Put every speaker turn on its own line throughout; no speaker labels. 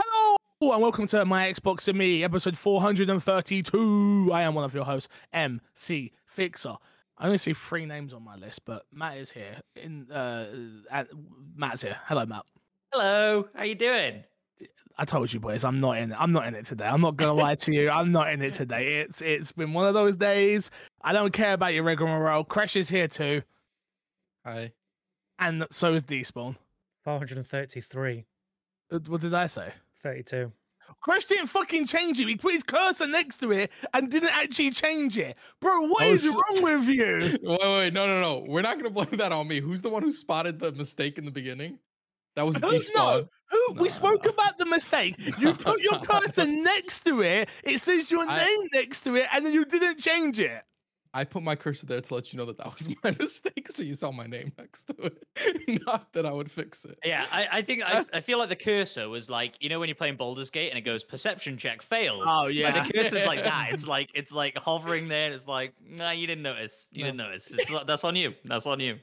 Hello and welcome to My Xbox and Me, episode 432. I am one of your hosts, MC Fixer. I only see three names on my list, but Matt is here. In uh, at, Matt's here. Hello, Matt.
Hello, how you doing?
I told you, boys, I'm not in. I'm not in it today. I'm not gonna lie to you. I'm not in it today. It's it's been one of those days. I don't care about your rigmarole. Crash is here too,
Hi.
and so is Despawn.
433.
Uh, What did I say? Uh,
32.
Crash didn't fucking change it. He put his cursor next to it and didn't actually change it, bro. What
I
is
was-
wrong with you?
Wait, wait, no, no, no. We're not gonna blame that on me. Who's the one who spotted the mistake in the beginning? That was
Who-
despawn.
Who we
Nah.
spoke about the mistake. You put your cursor next to it. It says your
I-
name next to it, and then you didn't change it.
I put my cursor there to let you know that that was my mistake, so you saw my name next to it. not that I would fix it.
Yeah, I, I think I, I feel like the cursor was like you know when you're playing Baldur's Gate and it goes perception check failed.
Oh
But
yeah.
the cursor's like that. It's like it's like hovering there, and it's like nah, you didn't notice. You
No.
didn't notice. It's, like, that's on you. That's on you.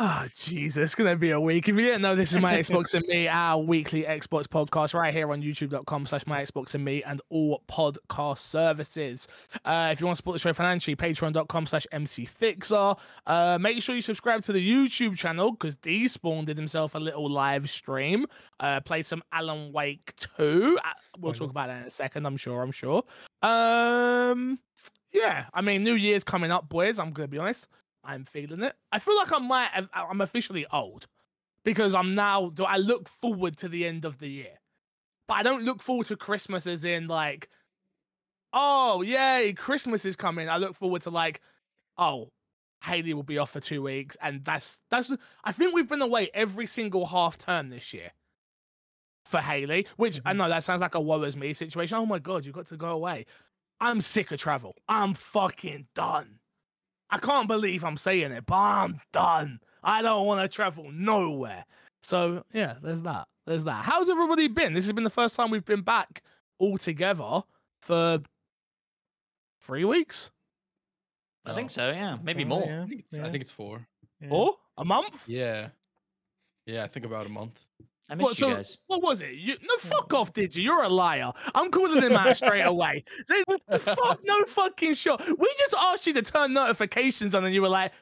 Oh Jesus, it's gonna be a week. If you didn't know, this is my Xbox and me, our weekly Xbox podcast, right here on YouTube.com/slash my Xbox and me, and all podcast services. Uh, if you want to support the show financially, Patreon.com/slash MCFixer. Uh, make sure you subscribe to the YouTube channel because Despawn did himself a little live stream. Uh, played some Alan Wake 2. Uh, We'll talk
Spoilers.
about that in a second. I'm sure. I'm sure. Um, yeah. I mean, New Year's coming up, boys. I'm gonna be honest. I'm feeling it. I feel like I might. Have, I- I'm officially old because I'm now. Do I look forward to the end of the year? But I don't look forward to Christmas as in like, oh yay, Christmas is coming. I look forward to like, oh, Haley will be off for two weeks, and that's that's. I think we've been away every single half term this year for Haley, which I
Mhm.
know that sounds like a woe is me situation. Oh my god, you got to go away. I'm sick of travel. I'm fucking done. I can't believe I'm saying it, but I'm done. I don't want to travel nowhere. So yeah, there's that. There's that. How's everybody been? This has been the first time we've been back all together for three weeks
I
Oh.
think so. Yeah, maybe
Oh,
more.
yeah,
I think it's, I
yeah,
think it's four.
yeah.
or a month.
Yeah. Yeah, I think about a month.
I missed
What,
you
so-
guys.
What was it? You no fuck off, did you? You're a liar. I'm calling him out straight away. They- the fuck no fucking shot. We just asked you to turn notifications on, and you were like,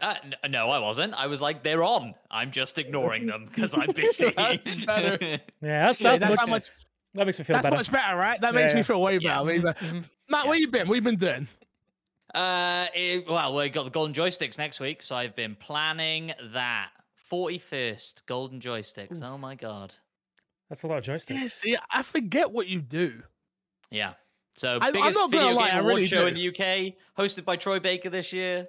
Uh, n- no, I wasn't. I was like they're on. I'm just ignoring them because I'm busy.
That's better.
Yeah, that's,
"Yeah,
that,
"That's
look-
how much.
that makes me feel
That's
better.
much better, right? That
Yeah,
makes me
yeah.
feel way better."
Yeah.
way better.
Mhm.
Matt, where you been? What you been doing?
Uh, it, well, we got the golden joysticks next week, so I've been planning that. 41st golden joysticks. Oh my god.
That's a lot of joysticks.
Yeah, see, I forget what you do.
Yeah. So
I'm
biggest
not gonna
video
lie, I
game award
really
show in
do.
the UK, hosted by Troy Baker this year.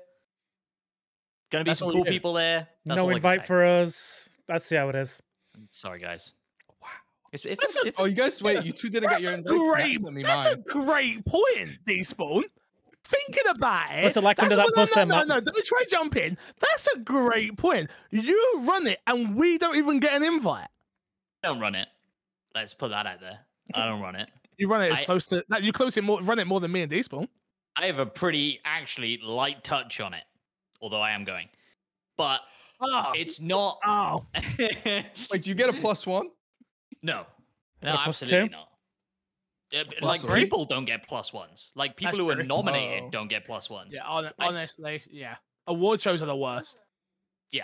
Gonna be
That's
some
all you
cool
do.
people there. That's all
no
I can
invite
say.
for us. Let's see how it is.
Sorry, guys.
Wow.
It's, it's,
That's
a-
a-
it's a-
Oh, you guys wait, you two didn't get
That's
your
a
invites? Matt
great.
sent me
That's a
mine.
great point, Despawn. Thinking about it.
Listen, like under
Eh, that's
that
what-
bus
no,
there,
no,
Matt.
no, no. Don't try jumping. That's a great point. You run it, and we don't even get an invite.
I don't run it. Let's put that out there. I don't run it.
You run it as
I-
close to. No, you close it more. Run it more than me and Despawn.
I have a pretty actually light touch on it, although I am going. But
Oh,
it's not.
oh.
Wait, do you get a plus one?
No.
Get
No,
a plus
absolutely
two?
not. Yeah, but, like
plus three?
people don't get plus ones. Like people
That's
who are
true.
nominated
Oh.
don't get plus ones.
yeah. hon-
I-
honestly, yeah. Award shows are the worst.
Yeah.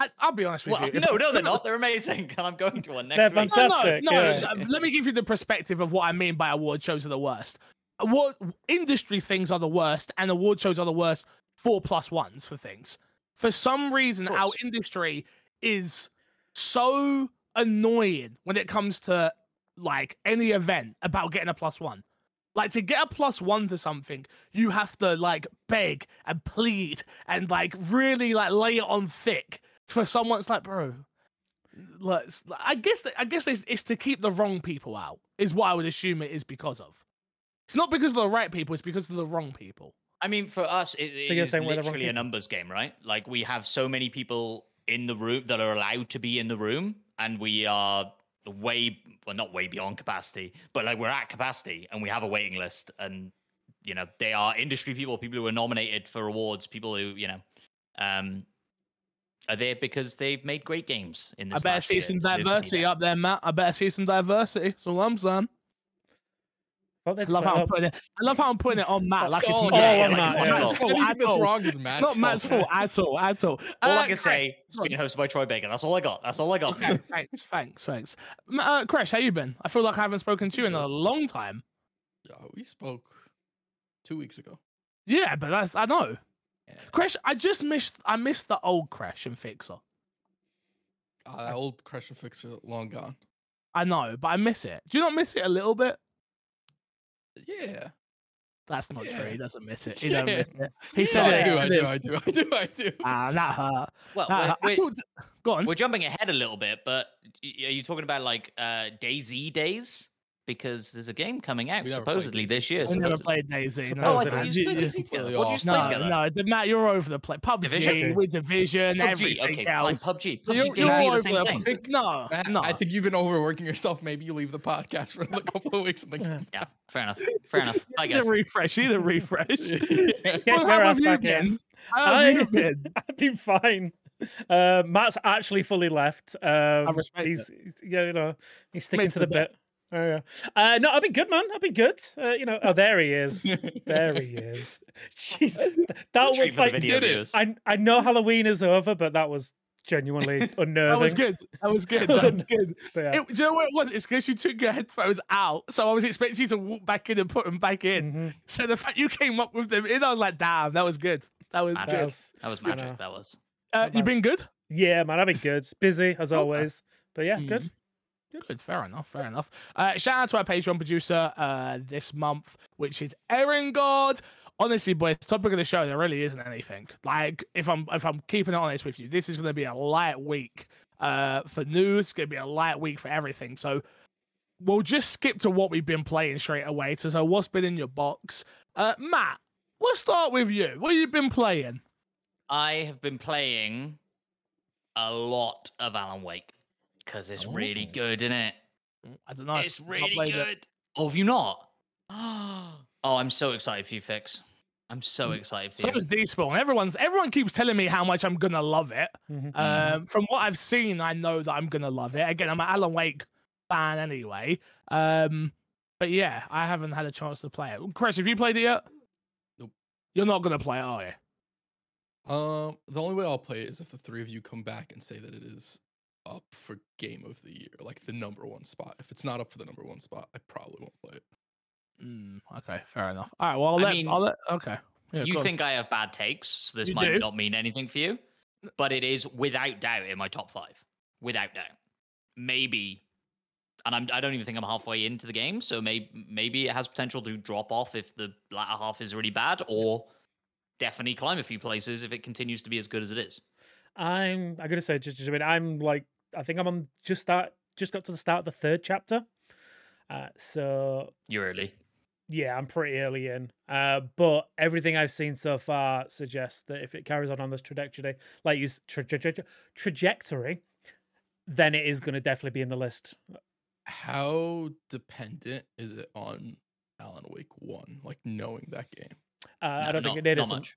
I, I'll be honest with
Well,
you. if I-
no, no, they're
if I-
not. They're amazing. And I'm going to one
They're
next week.
fantastic.
No, no,
yeah.
no, let me give you the perspective of what I mean by award shows are the worst. Award industry things are the worst, and award shows are the worst for plus ones for things. For some reason, our
course.
industry is so annoying when it comes to like any event about getting a plus one. Like to get a plus one to something, you have to like beg and plead and like really like lay it on thick for someone. It's like, bro, let's. I guess that- I guess it's, it's to keep the wrong people out is what I would assume it is because of. It's not because of the right people; it's because of the wrong people.
I mean, for us, it,
So
it
you're
is
saying we're the wrong
literally a
people?
numbers game, right? Like we have so many people in the room that are allowed to be in the room, and we are way, well, not way beyond capacity, but like we're at capacity, and we have a waiting list, and you know they are industry people, people who are nominated for awards, people who you know, um, are there because they've made great games in
I
this.
better
last
see
year,
some
so they've been
diversity
there.
up there, Matt. I better see some diversity. That's all I'm saying.
Well,
I
it's
love how
about-
I'm putting it. I love how I'm putting it on Matt. Like it's,
all
me.
Matt, yeah,
like it's
like
not
it's
Matt's fault
Matt.
Anything
at
that's
all.
wrong is
Oh, It's
Matt's
not Matt's
fault.
fault at all. At all.
All
Uh,
I can
Chris,
say is being hosted by Troy Baker. That's all I got. That's all I got.
Okay, thanks, thanks, thanks. M- Uh, Crash, how you been? I feel like I haven't spoken to you in a long time.
Yeah, we spoke two weeks ago.
Yeah, but that's I know.
Yeah.
Crash, I just missed I missed the old Crash and Fixer.
Uh, that old crash and fixer long gone.
I know, but I miss it. Do you not miss it a little bit?
Yeah.
That's not true.
Yeah.
He doesn't miss it. He don't miss
Yeah.
it. He said
No,
it.
Yeah.
he
I
said
do,
it.
I do, I do, I do, I do.
Ah, that hurt.
Well,
That hurt. I
we're, we're,
talked- Go on.
we're jumping ahead a little bit, but y- are you talking about like uh, Daisy Days? Because there's a game coming out
We never played
supposedly this year.
I never
supposedly.
played Daisy. No,
Oh, I
Supposedly.
thought
man. You-
you just played
you-
Daisy together.
Completely
What did you just play
no,
together?
no, the- Matt, you're over the place. PUBG
Division?
with Division,
PUBG.
everything
Okay, fine.
else.
PUBG.
You're-
PUBG.
you're
Daisy
all
are the
over
same
the
thing.
place. No,
Matt,
no.
I think you've been overworking yourself. Maybe you leave the podcast for a couple of weeks and then
Yeah.
Yeah, fair enough. Fair enough. I
Need
guess.
a refresh. Need a refresh.
Yeah.
Get
Well,
your
how
ass
have you
back in.
been? How have
I-
you been?
I've been fine. Uh, Matt's actually fully left. Um,
respect
he's, he's- yeah, you know, he's sticking
Made
to
to
the
the bit.
bit. Oh, yeah. Uh, no, I've been good, man. I've been good. Uh, you know, oh, there he is. there he is. Jeez, th- that
Treat
was
for the
like.
video
did it.
viewers.
I I know Halloween is over, but that was genuinely unnerving.
That was good. That was good.
was
That was good.
But, yeah.
It, do you know what it was? It's because you took your headphones out, so I was expecting you to walk back in and put them back in.
Mhm.
So the fact you came up with them in, I was like, damn, that was good. That was
Mad.
That
good.
was-
That was
I know.
magic. That was.
Uh,
not
you
bad.
been good?
Yeah, man, I've been good. Busy as always. But yeah, good.
Good, fair enough, fair enough. Uh, shout out to our Patreon producer uh, this month, which is Erin God. Honestly, boys, topic of the show there really isn't anything. Like, if I'm if I'm keeping it honest with you, this is going to be a light week uh, for news. It's going to be a light week for everything. So we'll just skip to what we've been playing straight away. So, so what's been in your box, uh, Matt? We'll start with you. What you been playing?
I have been playing a lot of Alan Wake because it's really
Oh.
good, isn't it?
I don't know.
it's really good. Oh, have you not? oh, I'm so excited for you, Fix. I'm so excited for
So
you.
was D Spawn. Everyone's everyone keeps telling me how much I'm gonna love it.
Mhm.
Mhm.
Um, from what I've seen, I know that I'm gonna love it. Again, I'm an Alan Wake fan anyway. Um, but yeah, I haven't had a chance to play it. Chris, have you played it yet?
Nope.
You're not gonna play it, are you?
Um, the only way I'll play it is if the three of you come back and say that it is up for game of the year, like the number one spot. If it's not up for the number one spot, I probably won't play it.
Mm, okay, fair enough. All right, well, I'll
I
let,
mean,
I'll let okay. Yeah,
you
go on.
think I have bad takes, so this
You
might
do.
not mean anything for you, but it is without doubt in my top five. Without doubt. Maybe, and I'm, I don't even think I'm halfway into the game, so may, maybe it has potential to drop off if the latter half is really bad, or definitely climb a few places if it continues to be as good as it is.
I'm I gotta say, just, just a minute, I'm like I think I'm on just start just got to the start of the third chapter. Uh, so
You're early.
yeah, I'm pretty early in. Uh, but everything I've seen so far suggests that if it carries on on this trajectory, like you s- tra- tra- tra- trajectory, then it is going to definitely be in the list.
How dependent is it on Alan Wake One? Like knowing that game.
Uh, I
No-
don't think
not-
it is.
not
isn't.
much.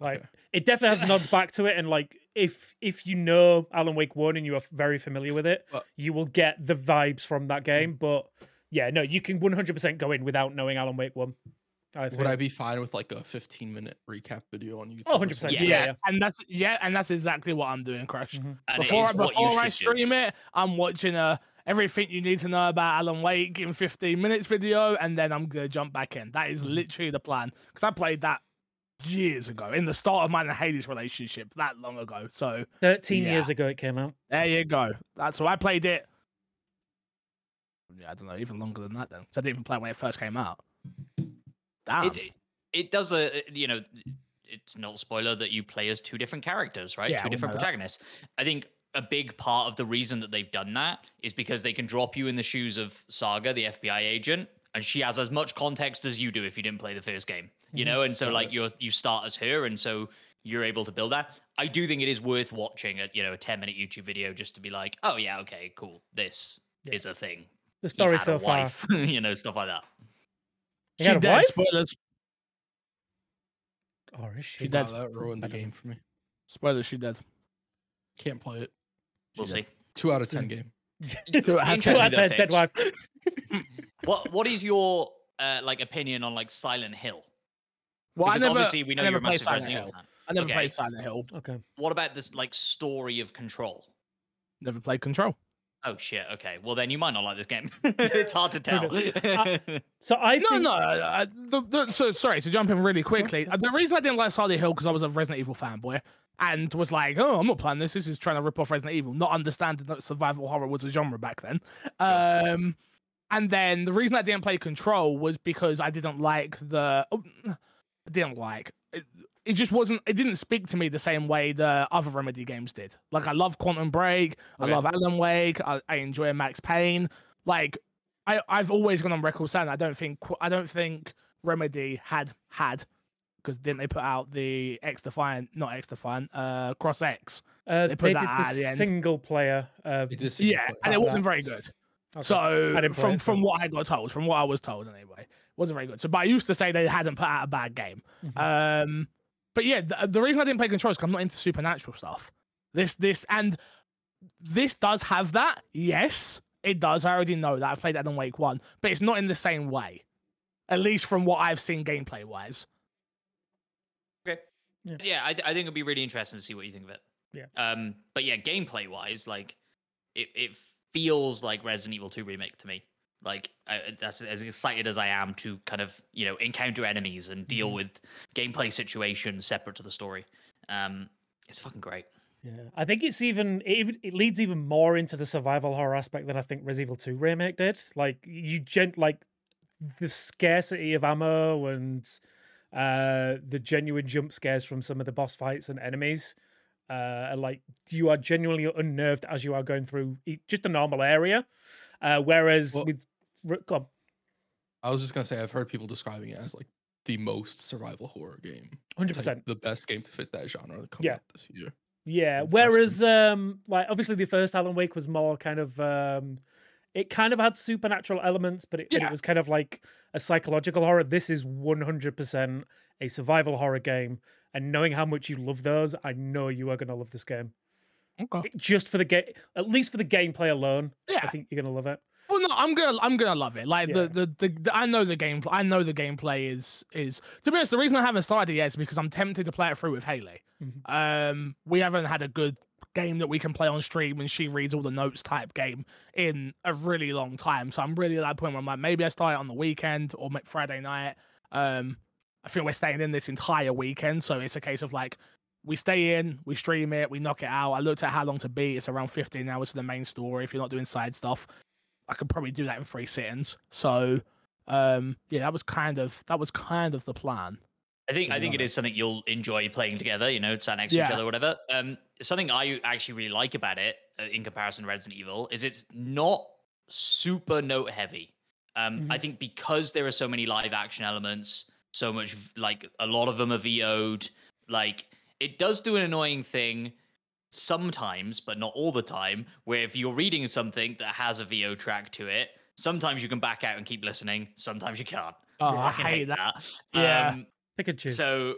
Like
Okay.
it definitely has nods back to it, and like if if you know Alan Wake One and you are very familiar with it,
But-
you will get the vibes from
Hmm.
that game. But yeah, no, you can 100% go in without knowing Alan Wake One. I think.
Would I be fine with like a 15 minute recap video on YouTube?
Oh,
or
100%,
something?
Yes.
Yeah, and that's yeah, and that's exactly what I'm doing, Crash.
Mhm.
And it
Before
is
I-
what you
before I
should do.
stream it, I'm watching a everything you need to know about Alan Wake in 15 minutes video, and then I'm gonna jump back in. That
Mm-hmm.
is literally the plan because I played that years ago in the start of mine and Hades relationship that long ago. So
13 years
Yeah.
ago it came out.
there you go. That's why I played it. Yeah, I don't know, even longer than that then, 'cause I didn't even play it when it first came out. Damn.
It, it it does a uh, you know it's not a spoiler that you play as two different characters, right?
Yeah,
two
we
different
know that.
protagonists. I think a big part of the reason that they've done that is because they can drop you in the shoes of Saga, the FBI agent, and she has as much context as you do if you didn't play the first game, you
Mhm.
know. And so
Got
like
it.
you you start as her, and so you're able to build that. I do think it is worth watching a you know a ten minute YouTube video just to be like, oh yeah, okay, cool, this
Yeah.
is a thing. He
The story
had a
so far.
wife," you know, stuff like that.
He
she
had a
dead.
wife?
Spoilers.
Or is she?
dead.
Oh,
Wow, that ruined the
I don't
game for me.
Spoilers. She dead.
Can't play it.
We'll
Yeah.
see.
Two out of ten game.
Two out of
Interesting though,
ten, dead
Fitz.
wife.
What What is your uh, like opinion on like Silent Hill?
Well, I
because
never,
obviously we know
I
you're
never
a
played
massive
Silent
Resident
Hill.
Evil fan.
I never
Okay.
played Silent Hill.
Okay.
What about this like story of Control?
Never played Control.
Oh shit. Okay. Well, then you might not like this game. it's hard to tell.
Uh,
So I
no,
think
no. I, I- the, the, so sorry to jump in really quickly.
no
Uh, The reason I didn't like Silent Hill because I was a Resident Evil fanboy and was like, "Oh, I'm not playing this. This is trying to rip off Resident Evil," not understanding that survival horror was a genre back then. Um, and then the reason I didn't play Control was because I didn't like the. oh, I didn't like. It, it just wasn't. It didn't speak to me the same way the other Remedy games did. Like I love Quantum Break.
Okay.
I love Alan Wake. I, I enjoy Max Payne. Like I, I've always gone on record saying I don't think Qu- I don't think Remedy had had because didn't they put out the X Defiant, not X Defiant, uh, Cross X?
uh,
They
they,
put
did
that
the
at the end.
single player. Uh,
It is
Yeah, and it
that.
wasn't very good.
okay.
So
I didn't play
from
it, so-
from what I got told, from what I was told anyway, wasn't very good. So, but I used to say they hadn't put out a bad game.
Mm-hmm.
Um, but yeah, the, the reason I didn't play Control is 'cause I'm not into supernatural stuff. This this and this does have that. Yes, it does. I already know that. I played Alan Wake one, but it's not in the same way. At least from what I've seen gameplay wise.
yeah, I, th- I think it'd be really interesting to see what you think of it.
Yeah.
Um, but yeah, gameplay wise, like it, it feels like Resident Evil 2 remake to me. Like I, I- that's as excited as I am to kind of you know encounter enemies and deal
Mm-hmm.
Mhm.
with gameplay situations separate to the story. Um, it's fucking great.
Yeah, I think it's even it, even- it leads even more into the survival horror aspect than I think Resident Evil Two remake did. Like you gen like the scarcity of ammo and uh the genuine jump scares from some of the boss fights and enemies. Uh, and, like you are genuinely unnerved as you are going through e- just a normal area. Uh, whereas
Well-
with re- go on.
I was just gonna say I've heard people describing it as like the most survival horror game.
hundred
It's,
percent.
like, the best game to fit that genre that come
Yeah.
out this year.
Yeah.
Interesting.
Whereas, um, like obviously the first Alan Wake was more kind of, um, it kind of had supernatural elements, but it, but
Yeah.
it was kind of like a psychological horror. This is one hundred percent a survival horror game, and knowing how much you love those, I know you are going to love this game.
Okay.
It- Just for the game, at least for the gameplay alone, I
Yeah.
think you're going to love it.
Well, no, I'm gonna I'm gonna love it. Like
Yeah.
the, the, the the I know the game I know the gameplay is is to be honest. The reason I haven't started it yet is because I'm tempted to play it through with Haley.
Mhm.
Um, we haven't had a good game that we can play on stream and she reads all the notes type game in a really long time. So I'm really at that point where I'm like, maybe I start it on the weekend or ma- Friday night. Um, I think we're staying in this entire weekend, so it's a case of like we stay in, we stream it, we knock it out. I looked at how long to beat. It's around 15 hours for the main story. If you're not doing side stuff, I could probably do that in three sittings. So, um, yeah, that was kind of that was kind of the plan.
I think
So
I
we
think
love
it is something you'll enjoy playing together. You know, sat next to each
Yeah.
other, or whatever. Um, something I actually really like about it, uh, in comparison to Resident Evil, is it's not super note heavy. Um,
Mm-hmm.
I think because there are so many live action elements, so much v- like a lot of them are VO'd. Like it does do an annoying thing sometimes, but not all the time, where if you're reading something that has a VO track to it, sometimes you can back out and keep listening. Sometimes you can't.
Oh, I
fucking
hate that. Yeah.
Yeah. Um,
Pick and choose.
so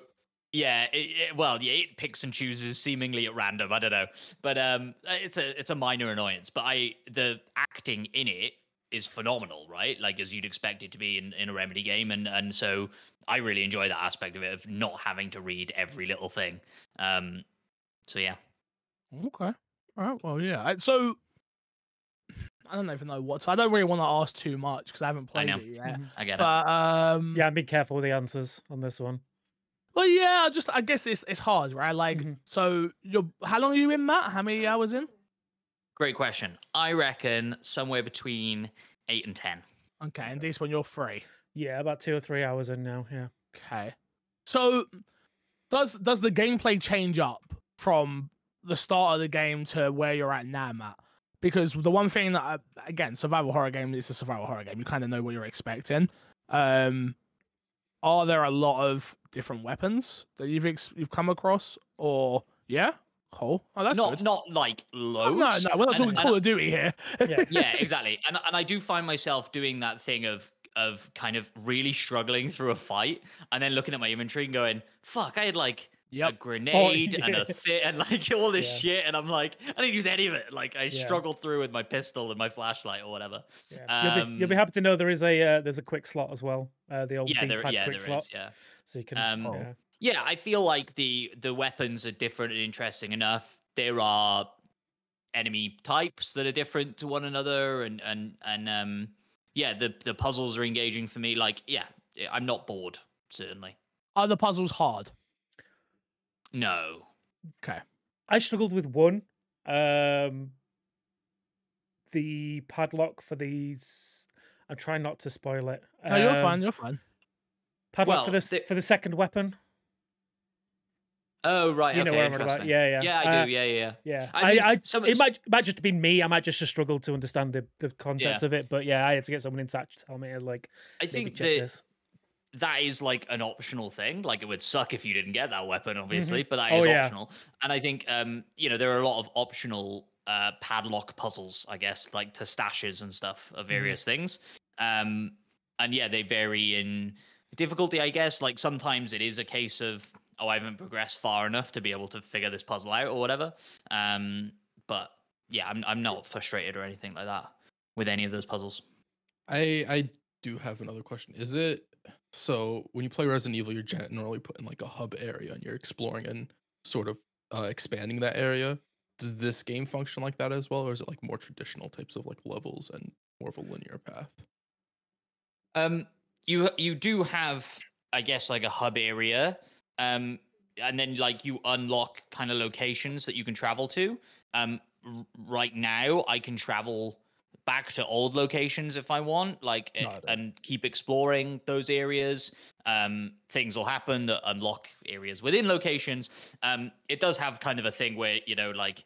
yeah, it, it- well, yeah, it picks and chooses seemingly at random. I don't know, but um, uh, it's a it's a minor annoyance. But I the acting in it is phenomenal, right? Like as you'd expect it to be in, in a remedy game, and and so I really enjoy that aspect of it of not having to read every little thing. Um, so yeah,
Okay. All right. Well, yeah. I- So I don't even know what. So I don't really want to ask too much because I Mm-hmm. haven't
I
played
know.
it yet.
Mhm.
I get it.
But um,
yeah, be careful with the answers on this one.
Well, yeah. I just I guess it's it's hard, right? Like,
Mhm.
so you're how long are you in, Matt? How many hours in?
Great question. I reckon somewhere between eight and ten.
Okay, and this one you're free.
Yeah, about two or three hours in now. Yeah.
Okay. So does does the gameplay change up from the start of the game to where you're at now, Matt? Because the one thing that I, again, survival horror game, it's a survival horror game. You kind of know what you're expecting. Um, are there a lot of different weapons that you've ex- you've come across, or yeah, cool. Oh, that's
not
good.
not like
Oh,
loads.
no, no, we're not
and-
talking
and
Call of Duty here.
Yeah.
yeah, exactly. And and I do find myself doing that thing of of kind of really struggling through a fight and then looking at my inventory and going, "Fuck, I had like a
Yep.
grenade and
Oh, yeah.
a fit and like all this shit. And I'm like, I didn't use any of it. Like I
Yeah.
struggled through with my pistol and my flashlight or whatever.
Yeah. you'll, be, you'll be
Um,
happy to know there is a uh, there's a quick slot as well. Uh, the old
yeah, there,
D-pad
yeah, there
quick
is.
slot,
Yeah,
so you can.
Um,
yeah.
Oh.
yeah. I feel like the the weapons are different and interesting enough. There are enemy types that are different to one another, and and and um, yeah, the the puzzles are engaging for me. Like, yeah, I'm not bored. Certainly,
Are the puzzles hard?
no.
I struggled with one. Um, the padlock for these. I'm trying not to spoil it.
No, you're
Um,
fine. You're fine.
Padlock for
Well,
this
the-
for the second weapon.
Oh right,
You
okay,
know what I'm on about.
interesting.
Yeah, yeah.
yeah, I
Uh,
do. Yeah, yeah, yeah.
Yeah,
I think
I, I,
some-
it might it might just be me. I might just have struggled to understand the, the concept of it. But yeah, I had to get someone in touch to tell me like
I
maybe
think
check
that
this.
that is like an optional thing. Like it would suck if you didn't get that weapon, obviously, but that
Oh,
is
yeah.
optional. And I think um, you know, there are a lot of optional uh padlock puzzles, I guess, like to stashes and stuff
Mm-hmm.
of various things. Um and yeah, they vary in difficulty, I guess. Like sometimes it is a case of oh, I haven't progressed far enough to be able to figure this puzzle out or whatever. Um but yeah, I'm I'm not frustrated or anything like that with any of those puzzles.
I I do have another question. Is it so when you play Resident Evil, you're generally put in like a hub area and you're exploring and sort of uh, expanding that area? Does this game function like that as well, or is it like more traditional types of like levels and more of a linear path?
Um, you you do have, I guess, like a hub area. Um, and then like you unlock kind of locations that you can travel to. Um, r- right now I can travel back to old locations if I want, like e-
Got it.
and keep exploring those areas. Um, things will happen that unlock areas within locations. Um, it does have kind of a thing where you know, like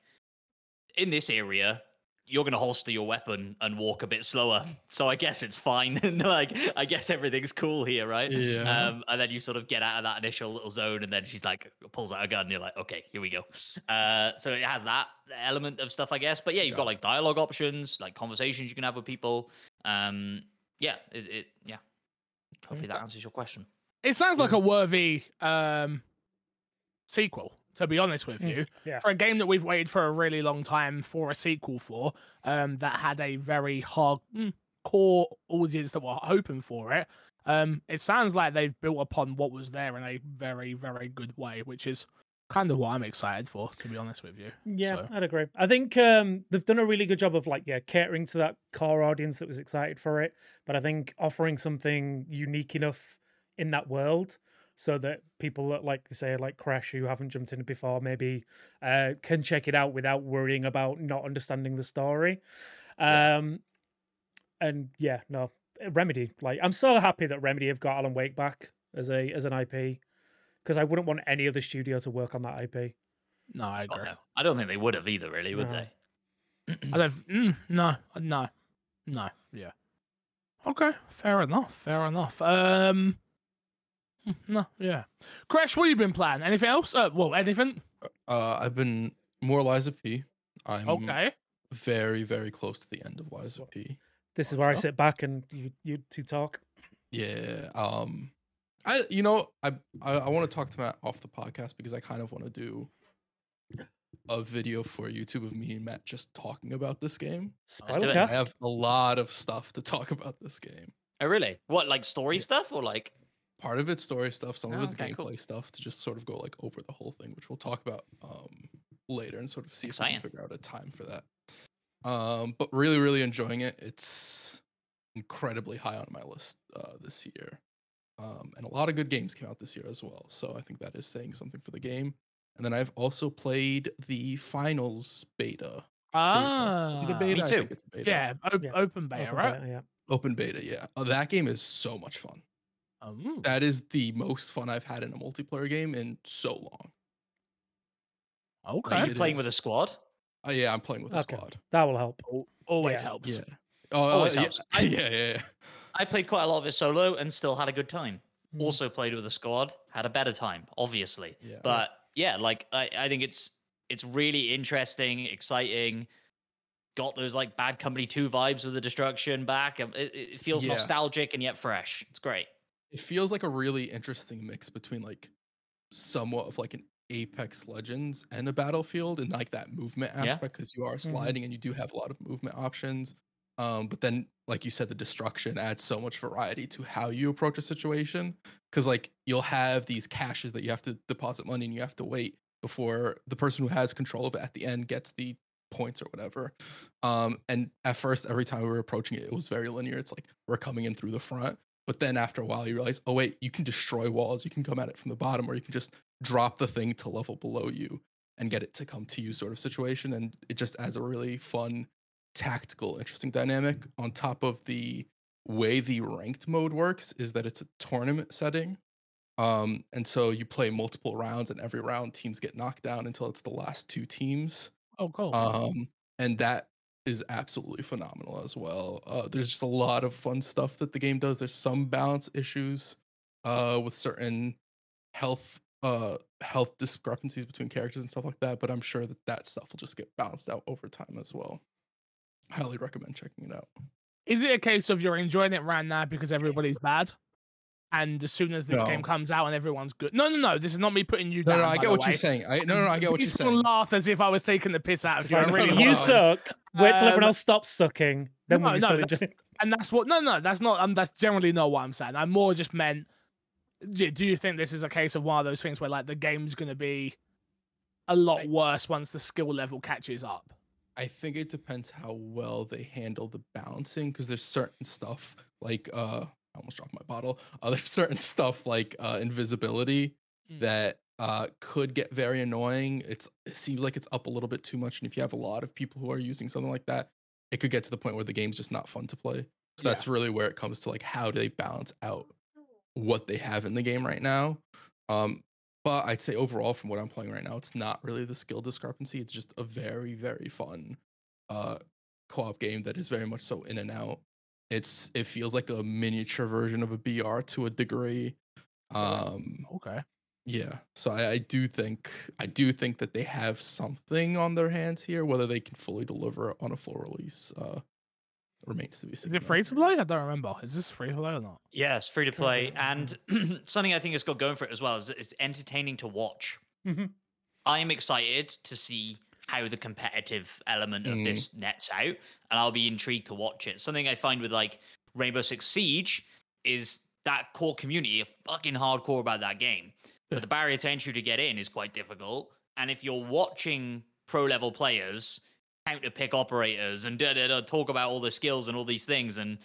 in this area, you're going to holster your weapon and walk a bit slower. So I guess it's fine. And like, I guess everything's cool here, right?
Yeah.
Um, and then you sort of get out of that initial little zone, and then she's like, pulls out a gun, and you're like, okay, here we go. Uh, so it has that element of stuff, I guess. But yeah, you've got
Got
like dialogue options, like conversations you can have with people. Um, yeah, it, it yeah. Hopefully that
Okay.
answers your question.
It sounds like a worthy um sequel, to be honest with
Mm,
you.
yeah.
For a game that we've waited for a really long time for a sequel for, um, that had a very hard mm, core audience that were hoping for it. Um, it sounds like they've built upon what was there in a very, very good way, which is kind of what I'm excited for, to be honest with you.
Yeah,
So-
I'd agree. I think um, they've done a really good job of like yeah catering to that core audience that was excited for it, but I think offering something unique enough in that world so that people that like say like Crash who haven't jumped in it before maybe uh, can check it out without worrying about not understanding the story.
Yeah.
Um, and yeah, no Remedy. Like I'm so happy that Remedy have got Alan Wake back as a as an IP because I wouldn't want any other studio to work on that IP.
No, I
Oh,
agree.
no. I don't think they would have either, really, would
No.
they?
I don't. Mm, no, no, no. Yeah. Okay, fair enough. Fair enough. Um. mm, No, yeah. Crash, what you been playing? Anything else? Uh, well, anything?
Uh, I've been more Liza P. I'm
Okay.
very very close to the end of Liza
So-
P.
This is where I
Sure.
sit back and you, you two talk.
Yeah. Um I you know, I I, I want to talk to Matt off the podcast because I kind of want to do a video for YouTube of me and Matt just talking about this game.
Let's do it. I
I
Spoilercast.
have a lot of stuff to talk about this game.
Oh, really? What, like story
Yeah.
stuff or like?
Part of it's story stuff, some of
Oh,
it's
okay,
gameplay
cool.
stuff to just sort of go like over the whole thing, which we'll talk about um later and sort of see if
Exciting.
we can figure out a time for that. Um but really really enjoying it. It's incredibly high on my list uh this year. Um and a lot of good games came out this year as well. So I think that is saying something for the game. And then I've also played the finals beta.
Ah.
it's a good beta. I
Uh, too.
think it's a beta.
Yeah, op-
Yeah.
Open beta,
Open
right?
beta, yeah.
Open beta, yeah. Oh, that game is so much fun.
Um,
That is the most fun I've had in a multiplayer game in so long.
okay.
Like,
Are you
it
playing with a
is.
squad?
Oh yeah, I'm playing with a
Okay.
squad.
That will help.
Al- Always
Yeah.
helps.
Yeah. Oh,
Always
yeah.
helps.
yeah, yeah, yeah.
I played quite a lot of it solo and still had a good time.
Mm.
Also played with a squad, had a better time, obviously.
Mm-hmm. Yeah.
But yeah, like I, I think it's it's really interesting, exciting. Got those like Bad Company Two vibes with the destruction back. um, It, it feels
Yeah.
nostalgic and yet fresh. It's great.
it feels like a really interesting mix between like somewhat of like an Apex Legends and a Battlefield and like that movement
Yeah.
aspect because you are sliding and you do have a lot of movement options. Um, but then, like you said, the destruction adds so much variety to how you approach a situation because like you'll have these caches that you have to deposit money and you have to wait before the person who has control of it at the end gets the points or whatever. Um, and at first, every time we were approaching it, it was very linear. It's like we're coming in through the front. But then after a while, you realize, oh, wait, you can destroy walls. You can come at it from the bottom, or you can just drop the thing to level below you and get it to come to you sort of situation. And it just adds a really fun, tactical, interesting dynamic on top of the way the ranked mode works is that it's a tournament setting. Um, and so you play multiple rounds, and every round teams get knocked down until it's the last two teams
Oh, cool.
um and that is absolutely phenomenal as well uh there's just a lot of fun stuff that the game does there's some balance issues uh with certain health uh health discrepancies between characters and stuff like that but i'm sure that that stuff will just get balanced out over time as well highly recommend checking it out
Is it a case of you're enjoying it right now because everybody's bad? And as soon as this game
No.
comes out and everyone's good, no, no, no, this is not me putting you
no
down.
no i
by
get
the
what
way.
you're saying i no no, no i get what you're
He's gonna
saying
laugh as if I was taking the piss out of you. I
No, no,
really
no,
was.
You
on.
suck. Wait till everyone
Um,
else stops sucking. Then
no,
we
no,
start
that's-
enjoying.
and that's what. No, no, that's not. Um, that's generally not what I'm saying. I more just meant. Do, do you think this is a case of one of those things where like the game's gonna be a lot
I-
worse once the skill level catches up?
I think it depends how well they handle the balancing because there's certain stuff like uh I almost dropped my bottle. Uh, there's certain stuff like uh, invisibility
Mm.
that uh, could get very annoying. It's it seems like it's up a little bit too much, and if you have a lot of people who are using something like that, it could get to the point where the game's just not fun to play. So
Yeah. Oh.
that's really where it comes to like how do they balance out what they have in the game right now. Um, but I'd say overall, from what I'm playing right now, it's not really the skill discrepancy. It's just a very, very fun uh, co-op game that is very much so in and out. It's it feels like a miniature version of a BR to a degree. Um,
Okay.
yeah, so I, I do think I do think that they have something on their hands here. Whether they can fully deliver on a full release uh, remains to be
Is
seen.
it
though.
free to play? I don't remember. Is this free to play or not?
Yes, free to
Cool.
play, and something I think it's got going for it as well is that it's entertaining to watch.
Mhm.
I am excited to see how the competitive element of
Mm.
this nets out, and I'll be intrigued to watch it. Something I find with like Rainbow Six Siege is that core community are fucking hardcore about that game, but the barrier to entry to get in is quite difficult. And if you're watching pro level players counter pick operators and da da da talk about all the skills and all these things, and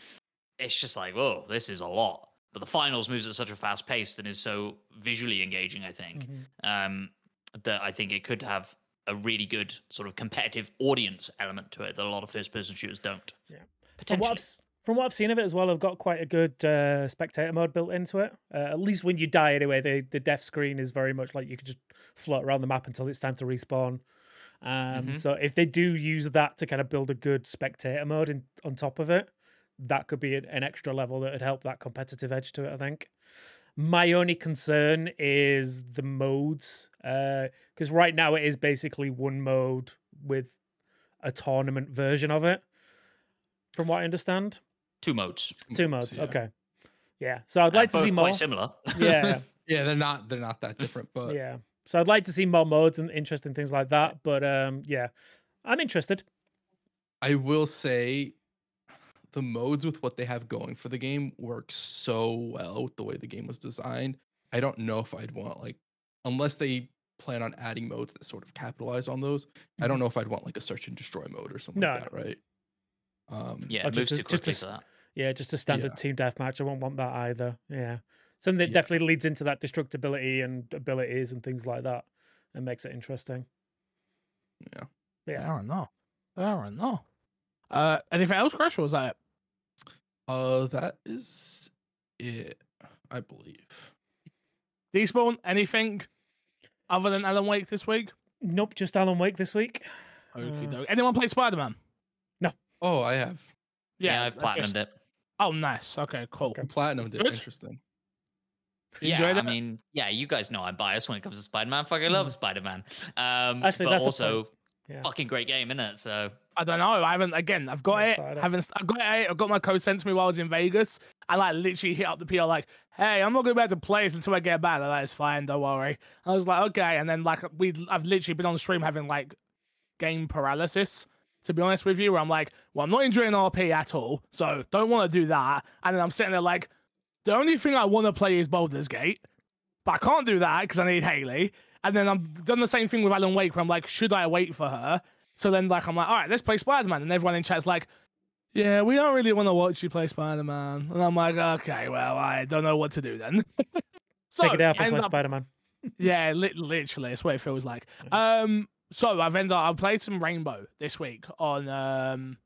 it's just like, oh, this is a lot. But the finals moves at such a fast pace and is so visually engaging. I think
Mhm.
um, that I think it could have a really good sort of competitive audience element to it that a lot of first person shooters don't.
Yeah. From what,
Potentially.
I've, s- from what I've seen of it as well, I've got quite a good uh, spectator mode built into it. Uh, at least when you die, anyway, the, the death screen is very much like you could just float around the map until it's time to respawn. Um,
Mm-hmm.
Mhm.
So if they do use that to kind of build a good spectator mode in, on top of it, that could be an, an extra level that would help that competitive edge to it, I think. My only concern is the modes, because right now it is basically one mode with a tournament version of it, from what I understand.
Two modes.
Two
modes,
modes.
yeah.
Okay. Yeah. So I'd like
Uh,
to see
both
more.
Quite similar.
yeah.
Yeah, they're not they're not that different, but
Yeah. So I'd like to see more modes and interesting things like that. But um, yeah, I'm interested.
I will say the modes with what they have going for the game work so well with the way the game was designed. I don't know if I'd want like unless they plan on adding modes that sort of capitalize on those. I don't know if I'd want like a search and destroy mode or something
No.
like that, right? Um
Yeah,
Oh,
it moves
just a-
too
just a
quickly
s-
for that.
Yeah, just a standard
Yeah.
team deathmatch. I won't want that either. Yeah. Something that
Yeah.
definitely leads into that destructibility and abilities and things like that and makes it interesting.
Yeah.
I
Yeah.
don't know. I don't know. Uh, anything else, Crash? Or was that it?
Uh that is it, I believe.
Despawn? Anything other than Alan Wake this week?
Nope, just Alan Wake this week.
Okie
Uh,
doke. Anyone play Spider Man?
Oh, I have.
Yeah, I've
I just-
platinumed it.
Oh, nice. Okay, cool.
Okay.
I platinumed it.
Good.
Interesting.
You
Yeah,
enjoyed
I
it?
mean, yeah, you guys know I'm biased when it comes to Spider Man. Fucking love Spider Man. Um, but
Actually, that's a point.
also,
Yeah.
Fucking great game, isn't it? So
I don't know. I haven't. Again, I've got
Haven't
it.
started it.
Haven't. st- I got it. I got my code sent to me while I was in Vegas. I like literally hit up the PR like, "Hey, I'm not going to be able to play this until I get back." They're like, "It's fine. Don't worry." I was like, "Okay." And then like we, I've literally been on stream having like game paralysis. To be honest with you, where I'm like, "Well, I'm not enjoying RP at all, so don't want to do that." And then I'm sitting there like, "The only thing I want to play is Baldur's Gate, but I can't do that because I need Haley." And then I've done the same thing with Alan Wake, where I'm like, "Should I wait for her?" So then, like, I'm like, all right, let's play Spider Man. And everyone in chat's like, yeah, we don't really want to watch you play Spider Man. And I'm like, okay, well, I don't know what to do then. so
Take it out
I
and
end
play
up-
Spider Man.
yeah, li- literally, that's what it feels like. Um, so I've ended up, I played some Rainbow this week on um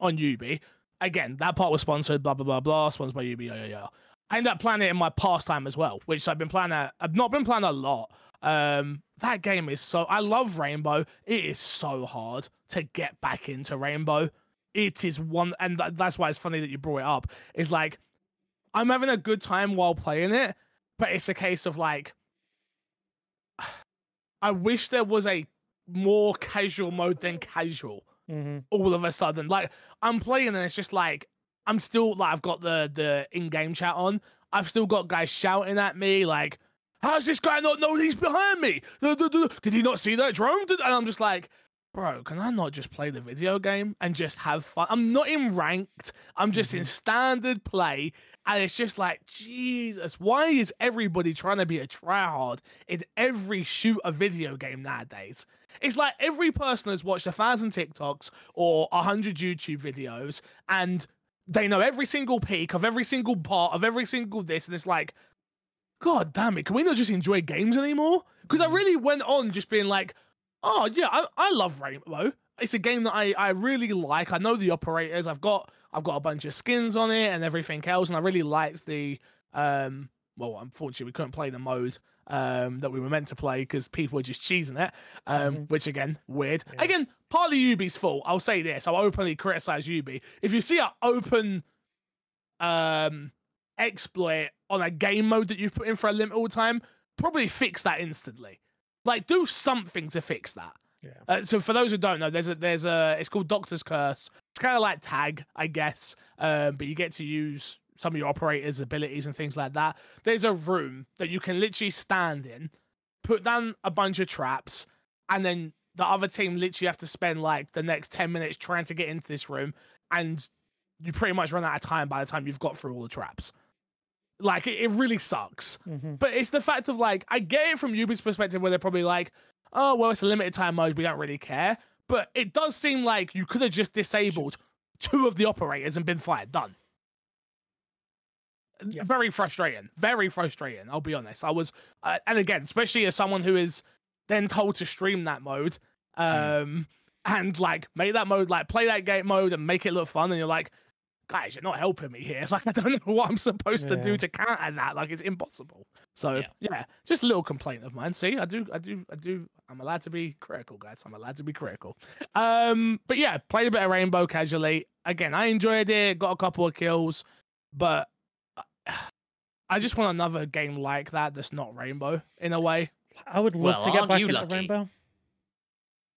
on Ubi. Again, that part was sponsored, blah blah blah blah, sponsored by Ubi, yeah yeah yeah. I ended up playing it in my pastime as well, which I've been playing. A, I've not been playing a lot. Um, that game is so. I love Rainbow. It is so hard to get back into Rainbow. It is one, and tha- that's why it's funny that you brought it up. Is like, I'm having a good time while playing it, but it's a case of like, I wish there was a more casual mode than casual
hmm
all of a sudden. Like I'm playing and it's just like I'm still like I've got the the in-game chat on. I've still got guys shouting at me like, "How's this guy not know he's behind me? Duh, duh, duh. Did he not see that drone?" Did-" And I'm just like, "Bro, can I not just play the video game and just have fun? I'm not in ranked. I'm just in standard play." And it's just like, Jesus, why is everybody trying to be a tryhard in every shoot a video game nowadays? It's like every person has watched a thousand TikToks or a hundred YouTube videos, and they know every single peak of every single part of every single this, and it's like, God damn it, can we not just enjoy games anymore? Because I really went on just being like, oh yeah, I, I love Rainbow. It's a game that I, I really like. I know the operators. I've got I've got a bunch of skins on it and everything else, and I really liked the um well, unfortunately we couldn't play the mode um that we were meant to play because people were just cheesing it. Um
Mhm.
which again, weird.
Yeah.
Again, partly Ubi's fault. I'll say this. I'll openly criticize Ubi. If you see an open um exploit on a game mode that you've put in for a limited time, probably fix that instantly. Like do something to fix that.
Yeah.
Uh, so for those who don't know, there's a there's a it's called Doctor's Curse. It's kind of like tag, I guess, um, but you get to use some of your operators' abilities and things like that. There's a room that you can literally stand in, put down a bunch of traps, and then the other team literally have to spend like the next ten minutes trying to get into this room, and you pretty much run out of time by the time you've got through all the traps. Like it, it really sucks.
hmm
But it's the fact of like, I get it from Ubi's perspective where they're probably like, oh, well, it's a limited time mode. We don't really care. But it does seem like you could have just disabled two of the operators and been fired. Done.
Yeah.
Very frustrating. Very frustrating. I'll be honest. I was, uh, and again, especially as someone who is then told to stream that mode, um,
Mm.
and like make that mode, like play that game mode and make it look fun. And you're like, guys, you're not helping me here. Like, I don't know what I'm supposed to
Yeah.
do to counter that. Like, it's impossible. So yeah.
Yeah.
just a little complaint of mine. See, I do, I do, I do. I'm allowed to be critical, guys. I'm allowed to be critical. Um, but yeah, played a bit of Rainbow casually. Again, I enjoyed it. Got a couple of kills, but I- I just want another game like that that's not Rainbow in a way.
I would love
Well,
to get
aren't
back
you
into
lucky?
Rainbow.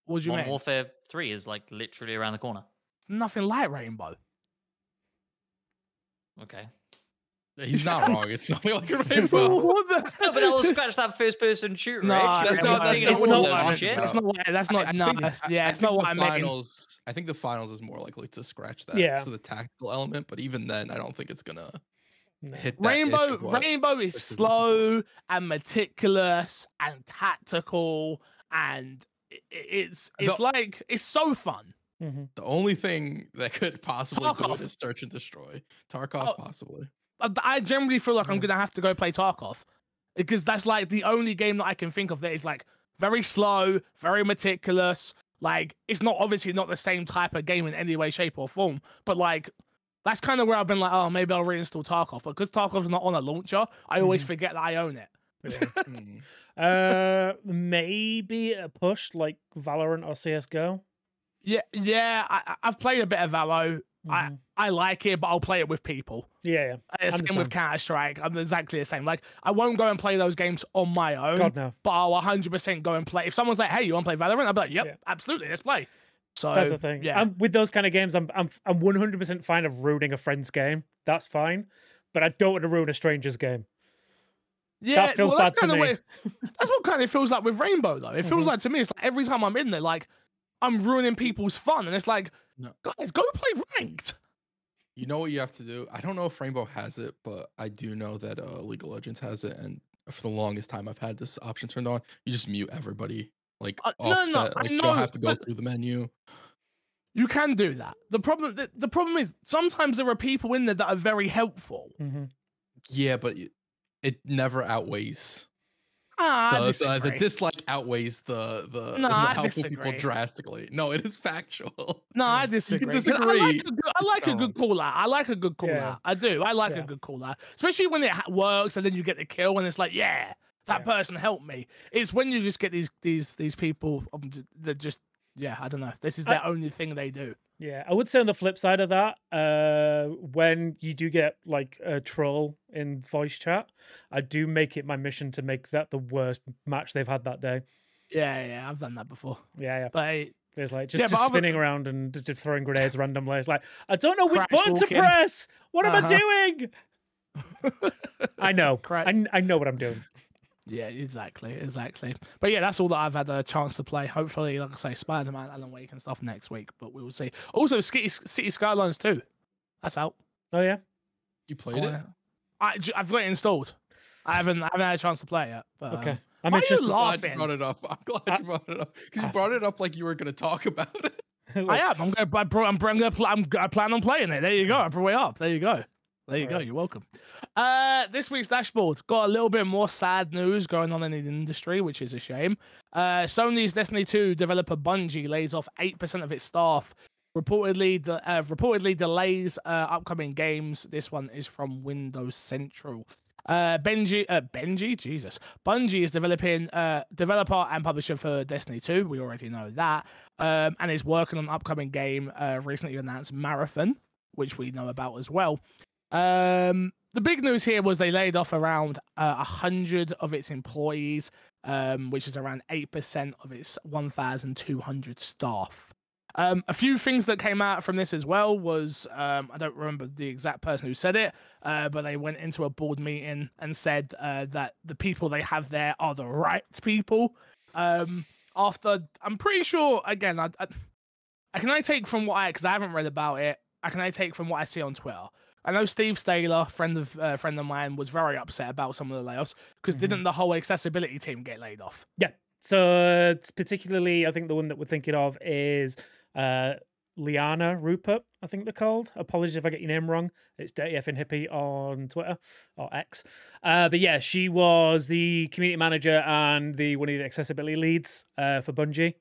What do you
Modern
mean?
Warfare 3 is like literally around the corner.
Nothing like Rainbow.
Okay.
He's not wrong. It's nothing like a rainbow.
what the?
No, but I'll scratch that first person shooter.
No, that's
Rich. You're
not-
taking
that's
it
not
all
what
down,
I'm-
shit.
That's not. what- That's
I-
not.
I
no,
think-
that's-
I-
yeah,
I
it's
think
not what
the
I'm making.
finals, I think the finals is more likely to scratch that.
Yeah.
So the tactical element, but even then, I don't think it's gonna
No.
hit that itch
Rainbow
of what-
Rainbow is
this is
slow and meticulous and tactical and i- i- it's it's
The-
like it's so fun.
Mhm.
The only thing that could possibly do
Tarkov.
it is search and destroy. Tarkov,
Oh.
possibly.
I- I generally feel like I'm
Yeah.
gonna have to go play Tarkov because that's like the only game that I can think of that is like very slow, very meticulous. Like it's not obviously not the same type of game in any way, shape, or form, but like. That's kind of where I've been like, oh, maybe I'll reinstall Tarkov, but because Tarkov's not on a launcher, I always
Mhm.
forget that I own it.
Yeah.
Hmm.
uh, maybe a push like Valorant or CS:GO.
Yeah, yeah. I, I- I've played a bit of Valo. I-
Mhm.
I like it, but I'll play it with people.
yeah,
Uh, Same
Understand.
with Counter Strike. I'm exactly the same. Like I won't go and play those games on my
yeah.
own,
God no.
but I'll 100% go and play. If someone's like, "Hey, you want to play Valorant?" I'll be like, "Yep,
Yeah.
absolutely, let's play." So
That's the thing.
Oh, yeah.
I'm, with those kind of games, I'm I'm I'm 100% fine of ruining a friend's game. That's fine, but I don't want to ruin a stranger's game.
yeah,
feels
well, that's
bad to
kinda
me.
what it- that's what kind of feels like with Rainbow though. It feels
Mhm.
like to me, it's like every time I'm in there, like I'm ruining people's fun, and it's like,
No.
guys, go play ranked.
You know what you have to do? I don't know if Rainbow has it, but I do know that uh, League of Legends has it. And for the longest time, I've had this option turned on. You just mute everybody, like
Uh, no, no,
offset.
I
like, you
know,
don't have to go
but-
through the menu.
You can do that. The problem, the, the problem is sometimes there are people in there that are very helpful.
Mm-hmm.
Yeah, but y- it never outweighs
Ah, I
the, the, the
disagree.
uh, dislike outweighs the the,
No,
the
I
helpful people
disagree.
drastically. No, it is factual.
No, I
You
disagree.
can
'cause I like
disagree.
a good, I like a
not
good call out. I like a good call
Yeah.
out. I do. I like a
Yeah.
good call out, especially when it ha- works and then you get the kill and it's like, yeah, that
Yeah.
person helped me. It's when you just get these these these people um, j- that just yeah, I don't know. This is
I-
their only thing they do.
Yeah, I would say on the flip side of that, uh, when you do get like a troll in voice chat, I do make it my mission to make that the worst match they've had that day.
Yeah, yeah, I've done that before.
Yeah, yeah.
But it-
There's like just,
Yeah,
just
but other-
spinning around and d- just throwing grenades randomly. It's like I don't know which
Crash
button to
walking.
press. What am
Uh-huh.
I doing? I know.
Cra-
I, kn- I know what I'm doing.
yeah, exactly, exactly. But yeah, that's all that I've had a chance to play. Hopefully, like I say, Spider Man, Alan Wake, and stuff next week. But we will see. Also, City, City Skylines too. That's out.
Oh yeah.
You played it?
Or- I, j- I've got it installed. I haven't I haven't had a chance to play it yet. But,
Okay.
um,
I'm
why are you
interested.
laugh-
Glad you brought it up. I'm glad
Uh,
you
I-
brought it up because you
I-
brought it up like you were going to talk about it.
I
Like,
am. I'm gonna. I brought, I'm, I'm gonna. Pl- I'm, I plan on playing it. There you go. I brought it up. There you go. There you go.
Alright.
You're welcome. Uh, this week's dashboard got a little bit more sad news going on in the industry, which is a shame. Uh, Sony's Destiny 2 developer Bungie lays off eight percent of its staff. Reportedly, de- uh, reportedly delays uh, upcoming games. This one is from Windows Central. Uh, Benji, uh, Benji, Jesus, Bungie is developing uh, developer and publisher for Destiny 2. We already know that, um, and is working on an upcoming game uh, recently announced Marathon, which we know about as well. Um, the big news here was they laid off around uh, 100 of its employees, um, which is around 8% of its 1,200 staff. Um, a few things that came out from this as well was um, I don't remember the exact person who said it, uh, but they went into a board meeting and said uh, that the people they have there are the right people. Um, after I'm pretty sure again, I, I, I can only take from what I because I haven't read about it. I can only take from what I see on Twitter. I know Steve Staler, friend of uh, friend of mine, was very upset about some of the layoffs because
Mhm.
didn't the whole accessibility team get laid off?
So it's particularly, I think the one that we're thinking of is uh, Liana Rupert. I think they're called. Apologies if I get your name wrong. It's Dirty Effing Hippie on Twitter or X. Uh, but yeah, she was the community manager and the one of the accessibility leads uh, for Bungie.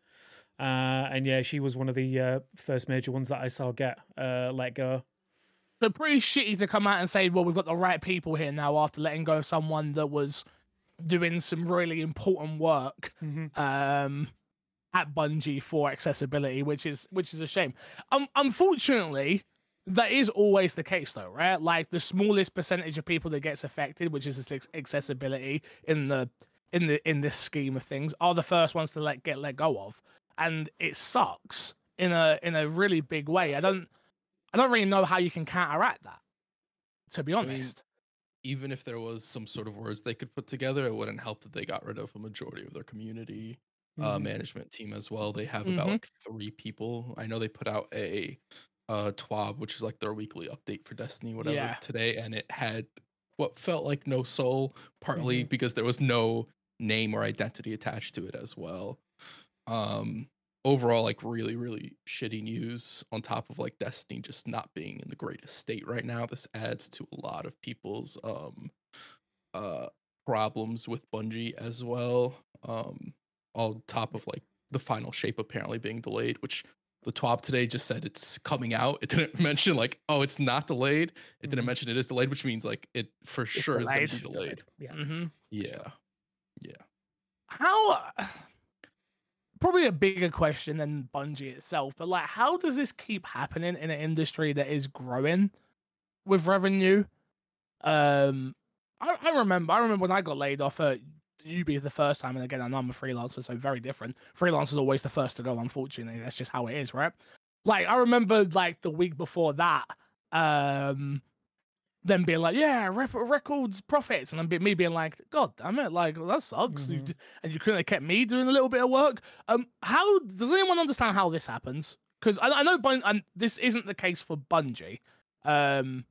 Uh, and yeah, she was one of the uh, first major ones that I saw get uh, let go.
So pretty shitty to come out and say, well, we've got the right people here now after letting go of someone that was doing some really important work um, at Bungie for accessibility, which is which is a shame. Um, unfortunately, that is always the case, though, right? Like the smallest percentage of people that gets affected, which is this acc- accessibility in the in the in this scheme of things, are the first ones to let get let go of, and it sucks in a in a really big way. I don't I don't really know how you can counteract that, to be
mean,
honest.
Even if there was some sort of words they could put together, it wouldn't help that they got rid of a majority of their community uh,
Mhm.
management team as well. They have about
Mhm.
like three people. I know they put out a uh, TWAB, which is like their weekly update for Destiny, whatever,
Yeah.
today, and it had what felt like no soul, partly because there was no name or identity attached to it as well. Um, overall, like really, really shitty news. On top of like Destiny just not being in the greatest state right now, this adds to a lot of people's um uh problems with Bungie as well. Um, on top of like the final shape apparently being delayed, which the TWAB today just said it's coming out. It didn't mention like, oh, it's not delayed. It didn't
Mhm.
mention it is delayed, which means like it for sure is going to be
delayed. Mm-hmm.
delayed.
Yeah.
hmm
Yeah.
how probably a bigger question than Bungie itself, but like, how does this keep happening in an industry that is growing with revenue? Um, I, I remember, I remember when I got laid off at UB the first time, and again, I know I'm a freelancer, so very different. Freelancers always the first to go, unfortunately. That's just how it is, right? Like, I remember like the week before that, um, them being like, yeah, rep- records profits, and then be- me being like, God damn it, like well, that sucks. You
Mhm.
d- and you couldn't have kept me doing a little bit of work. Um, how does anyone understand how this happens? Because I, I know Bun- and this isn't the case for Bungie. Um,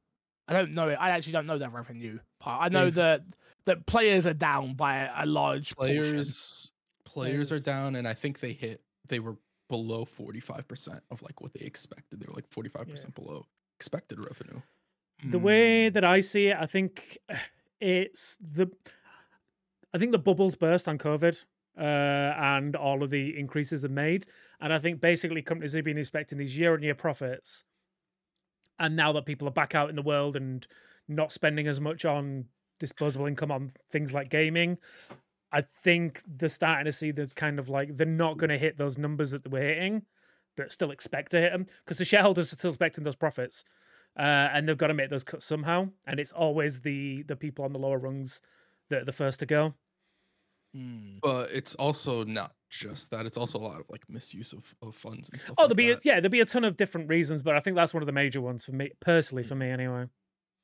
I don't know it. I actually don't know their revenue part. I know
They've-
that that players are down by a large portion.
Players players are
Players.
down, and I think they hit. They were below forty five percent of like what they expected. They were like forty five percent below expected revenue.
the
Hmm.
way that I see it, I think it's the I think the bubbles burst on COVID uh, and all of the increases are made, and I think basically companies have been expecting these year-on-year profits, and now that people are back out in the world and not spending as much on disposable income on things like gaming. I think they're starting to see there's kind of like they're not going to hit those numbers that they were hitting, but still expect to hit them because the shareholders are still expecting those profits uh, and they've got to make those cuts somehow. And it's always the the people on the lower rungs that are the first to go.
But it's also not just that. It's also a lot of like misuse of, of funds and stuff.
Oh,
like
there'll be
that.
yeah, there'll be a ton of different reasons, but I think that's one of the major ones for me personally. For me, anyway.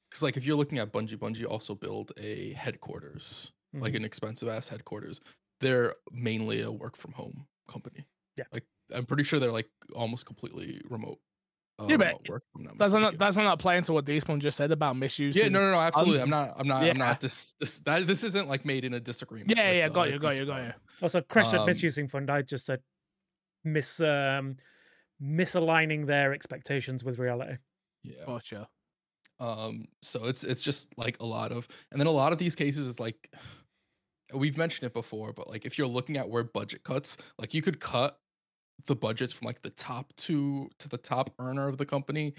because like if you're looking at Bungie, Bungie also build a headquarters, like
Mm-hmm.
Mhm.
an expensive ass headquarters. They're mainly a work from home company.
Yeah.
like I'm pretty sure they're like almost completely remote. Uh,
Yeah, but
remote work. if I'm not
That's not
mistaken.
that's not playing to what Despawn just said about misuse.
yeah,
and-
no, no, no, absolutely. I'm not. I'm not.
Yeah.
I'm not. This, this, that, this isn't like made in a disagreement.
Yeah,
with,
yeah, got
uh,
you, got
this,
you, got
uh,
you.
Also, Crash said
Um,
misusing fund. I just said mis um, misaligning their expectations with reality.
Yeah.
Gotcha.
Um, so it's it's just like a lot of, and then a lot of these cases is like, we've mentioned it before, but like if you're looking at where budget cuts, like you could cut the budgets from like the top two to the top earner of the company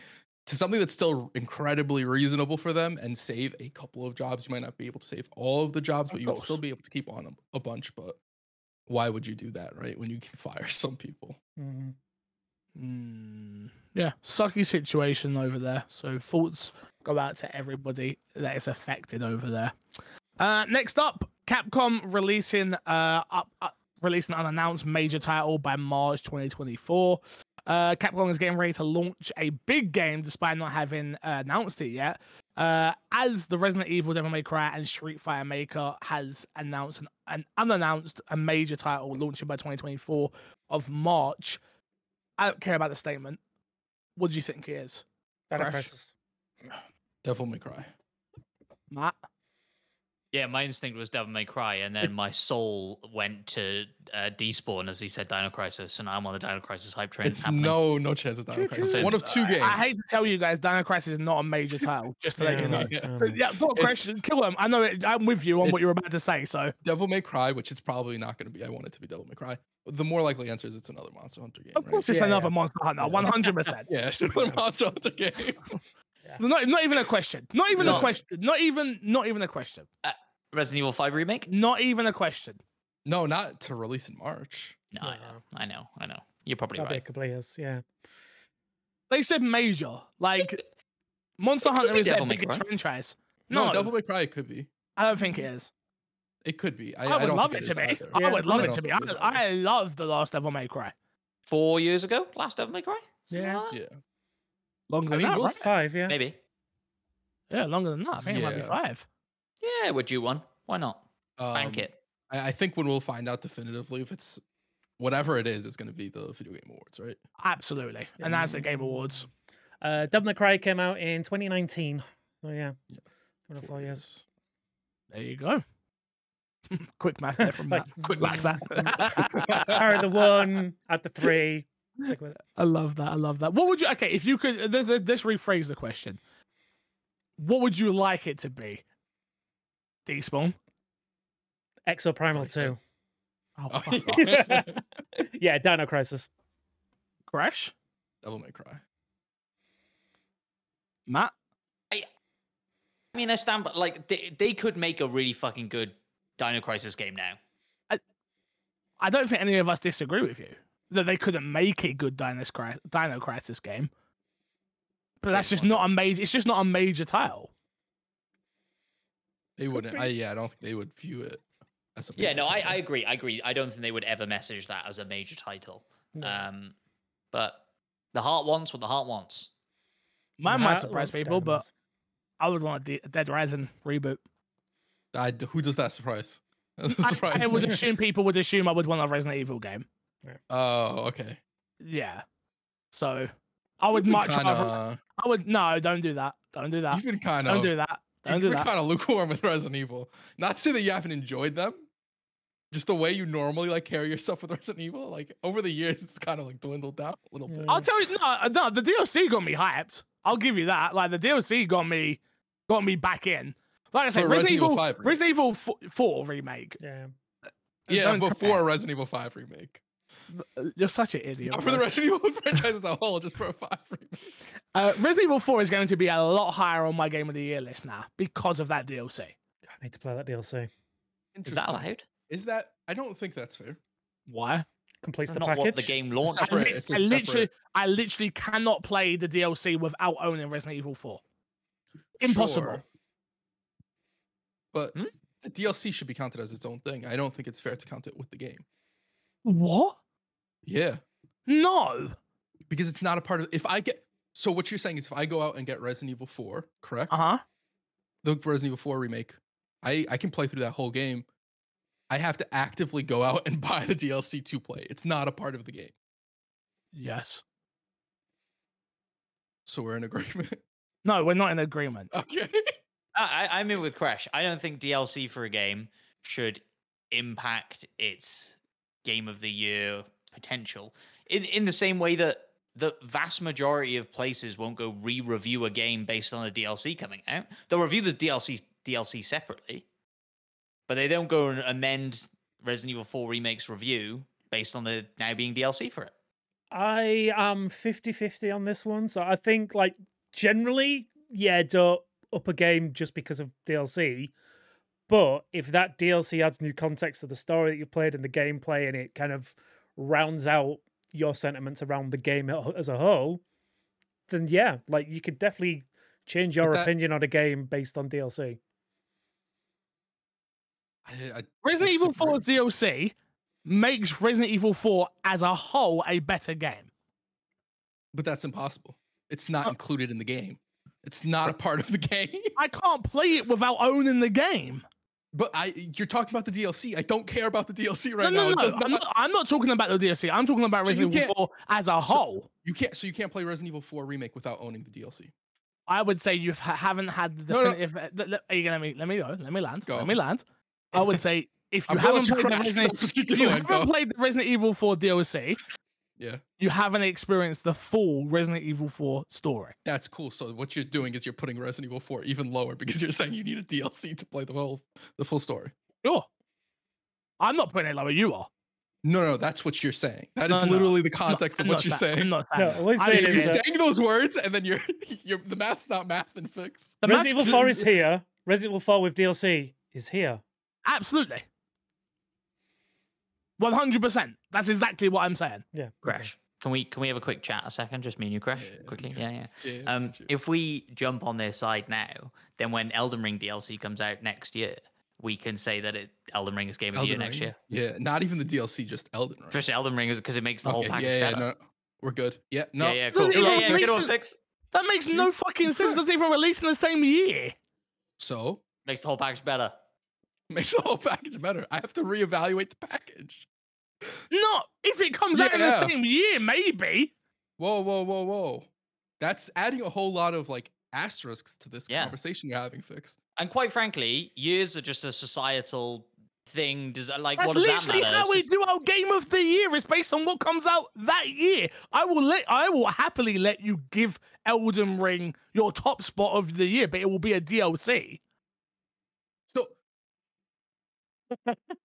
to something that's still incredibly reasonable for them and save a couple of jobs. You might not be able to save all of the jobs,
Of
but you would still
course.
be able to keep on a, a bunch. But why would you do that, right? When you can fire some people.
Mhm.
Mm, yeah, sucky situation over there. So thoughts go out to everybody that is affected over there. Uh, next up, Capcom releasing uh, up, up releasing an unannounced major title by March 2024. Uh, Capcom is getting ready to launch a big game despite not having uh, announced it yet. Uh, as the Resident Evil Devil May Cry and Street Fighter Maker has announced an, an unannounced a major title launching by 2024 of March. I don't care about the statement. What do you think it is,
That
Crash.
impresses-
Devil May Cry.
Matt?
Yeah, my instinct was Devil May Cry, and then
It's-
my soul went to uh, despawn as he said Dino Crisis, and I'm on the Dino Crisis hype train.
It's no no chance of Dino
Choo-choo.
Crisis. One of two games.
I hate to tell you guys, Dino Crisis is not a major title. Just to let
Yeah, Um,
you know.
Yeah.
I know.
But yeah, go on, Crash,
It's-
kill him. I know it, I'm with you on what you're
It's-
about to say. So
Devil May Cry, which it's probably not going to be. I want it to be Devil May Cry. The more likely answer is it's another Monster Hunter game.
of
right?
course, it's
Yeah,
another
yeah.
Monster Hunter.
Yeah.
One hundred percent.
Yeah, it's another Monster Hunter game.
Not not even a question. Not even a
No.
question. Not even not even a question.
Resident Evil Five remake.
Not even a question.
No, not to release in March.
No, I
No.
know, I know, I know. You're probably
That'd be a
right.
couple of years, yeah.
They said major. Like Monster
could
Hunter
be
is their
Devil May
biggest
Cry.
franchise.
No,
No,
Devil May Cry it could be.
I don't think it is.
It could be. I,
I, would
don't
love
think
it to
is
be.
either.
I
Yeah,
would love
I
it
don't
to be. I,
think it is either.
I love the last Devil May Cry.
Four years ago, last Devil May Cry. Something
Yeah.
like that?
Yeah.
Longer
I
than
mean,
that,
we'll
right?
s-
Five, yeah.
Maybe.
Yeah, longer than that. I think it might be
Yeah.
five.
Yeah, we're due one. Why not? Bank
Um,
it.
I, I think when we'll find out definitively if it's whatever it is, it's going to be the Video Game Awards, right?
Absolutely. And that's the Game Awards.
Uh, Devil May Cry came out in 2019. Oh yeah,
Yeah.
Coming
Four
up four years.
years.
There you go. Quick math there from
Like,
Matt. Quick math there.
Carry the one, add the three. stick with it.
I love that. I love that. What would you? Okay, if you could, this, this, this rephrase the question. What would you like it to be? Despawn.
Exoprimal
Like so.
two.
Oh,
Oh,
fuck off.
yeah.
yeah, Dino Crisis.
Crash.
Devil May Cry.
Matt.
I mean, I stand, but like they, they could make a really fucking good Dino Crisis game now.
I- I don't think any of us disagree with you that they couldn't make a good Dino Crisis, Dino Crisis game. But that's just not a major. It's just not a major title.
They wouldn't. I, yeah, I don't think they would view it as a.
Yeah,
major
no, I,
title.
I agree. I agree. I don't think they would ever message that as a major title.
No.
Um, but the heart wants what the heart wants.
Mine
Nah,
might
it
surprise
looks
people, but
diamonds.
I would want a D- Dead Rising reboot.
I d- who does that surprise? That
I-
surprise
I, would
me.
assume people would assume I would want a Resident Evil game.
Oh, okay.
Yeah. So I would much rather. I would no, don't do that. Don't do that.
You've been kind
Don't
of.
do that. Don't do
You've been
that.
kind of lukewarm with Resident Evil. Not to say that you haven't enjoyed them, just the way you normally like carry yourself with Resident Evil. Like over the years, it's kind of like dwindled down a little bit.
Yeah.
I'll tell you no, uh, no. The DLC got me hyped. I'll give you that. Like the DLC got me, got me back in. Like I said,
For
Resident,
Resident Evil
Evil,
5 remake.
Resident Evil f- Four remake.
Yeah.
yeah,
don't
before
compare.
Resident Evil Five remake.
Uh, You're such an idiot.
Not for the
bro.
Resident Evil franchise as a whole, just for a Five remake.
Uh, Resident Evil Four is going to be a lot higher on my game of the year list now because of that DLC.
I need to play that DLC.
Is that
Interesting.
allowed?
Is that? I don't think that's fair.
Why?
Completes
That's
the
not
package.
what the game launched.
I,
separate-
lit-
it's a
I literally,
separate-
I literally cannot play the DLC without owning Resident Evil Four. Impossible.
Sure. But
Hmm?
the DLC should be counted as its own thing. I don't think it's fair to count it with the game.
What?
Yeah.
No.
Because it's not a part of if I get so what you're saying is if I go out and get Resident Evil 4, correct?
Uh huh.
The Resident Evil 4 remake, I, I can play through that whole game. I have to actively go out and buy the DLC to play. It's not a part of the game.
Yes.
So we're in agreement.
No, we're not in agreement.
okay.
I, I- I'm in with Crash. I don't think DLC for a game should impact its game of the year potential. In in the same way that the vast majority of places won't go re-review a game based on a DLC coming out. They'll review the DLC DLC separately, but they don't go and amend Resident Evil 4 remakes review based on the now being DLC for it.
I am 50-50 on this one, so I think like generally, yeah, don't up a game just because of DLC. But if that DLC adds new context to the story that you've played and the gameplay, and it kind of rounds out your sentiments around the game a- as a whole, then yeah, like you could definitely change your
But that-
opinion on a game based on DLC.
I, I,
Resident Evil
Disagree.
4's DLC makes Resident Evil 4 as a whole a better game.
but that's impossible. It's not
Oh.
included in the game. It's not a part of the game.
I can't play it without owning the game.
But I you're talking about the DLC. I don't care about the DLC right
no,
now.
no,
It
no.
does
I'm,
not-
not, I'm not talking about the DLC. I'm talking about
So you
Resident Evil
can't-
4 as a whole.
You can't so you can't play Resident Evil 4 remake without owning the DLC.
I would say you ha- haven't had the
No, no.
definitive. uh, th- th- Are you gonna let me let me go? Let me land.
Go.
Let me land. I would say if you
I'm gonna
haven't
let you
played the
crash,
Resident,
that's what you're
if you
doing, go.
haven't played the Resident Evil 4 DLC,
Yeah.
you haven't experienced the full Resident Evil 4 story.
That's cool. So what you're doing is you're putting Resident Evil 4 even lower because you're saying you need a DLC to play the whole the full story.
Sure. I'm not putting it lower. You are.
No, no, that's what you're saying. That is
No, no,
literally the
I'm not-
context
I'm
of what
not
you're
saying- I'm
saying.
not saying.
No, what he's
I'm
saying
just
You're
is that-
saying those words and then you're you're the math's not math and fix.
The
Resident
magic-
Evil 4 is here. Resident Evil 4 with DLC is here.
Absolutely. 100%. That's exactly what I'm saying.
Yeah. okay.
Crash. Can we can we have a quick chat a second? Just me and you, Crash,
yeah,
quickly.
okay.
Yeah, yeah.
Yeah,
Um,
gotcha.
if we jump on their side now, then when Elden Ring DLC comes out next year, we can say that it Elden Ring is game of the year
Elden
next
Ring?
year.
Yeah, not even the DLC, just Elden Ring.
Just Elden Ring is because it makes the whole
Okay,
package
yeah, yeah,
better.
no, we're good. Yeah, no,
Yeah, yeah, cool.
Elden
Yeah,
Ring
yeah, good
makes-
old fix.
That makes no fucking sense. That's even released in the same year.
so
Makes the whole package better.
makes the whole package better. I have to reevaluate the package.
Not if it comes out in the
Yeah.
same year, maybe.
Whoa, whoa, whoa, whoa. That's adding a whole lot of like asterisks to this
Yeah.
conversation you're having, Fix.
And quite frankly, years are just a societal thing. Does like
That's
what does that
literally
matter?
how
It's
we
just-
do our game of the year. It's based on what comes out that year. I will let, I will happily let you give Elden Ring your top spot of the year, but it will be a DLC.
So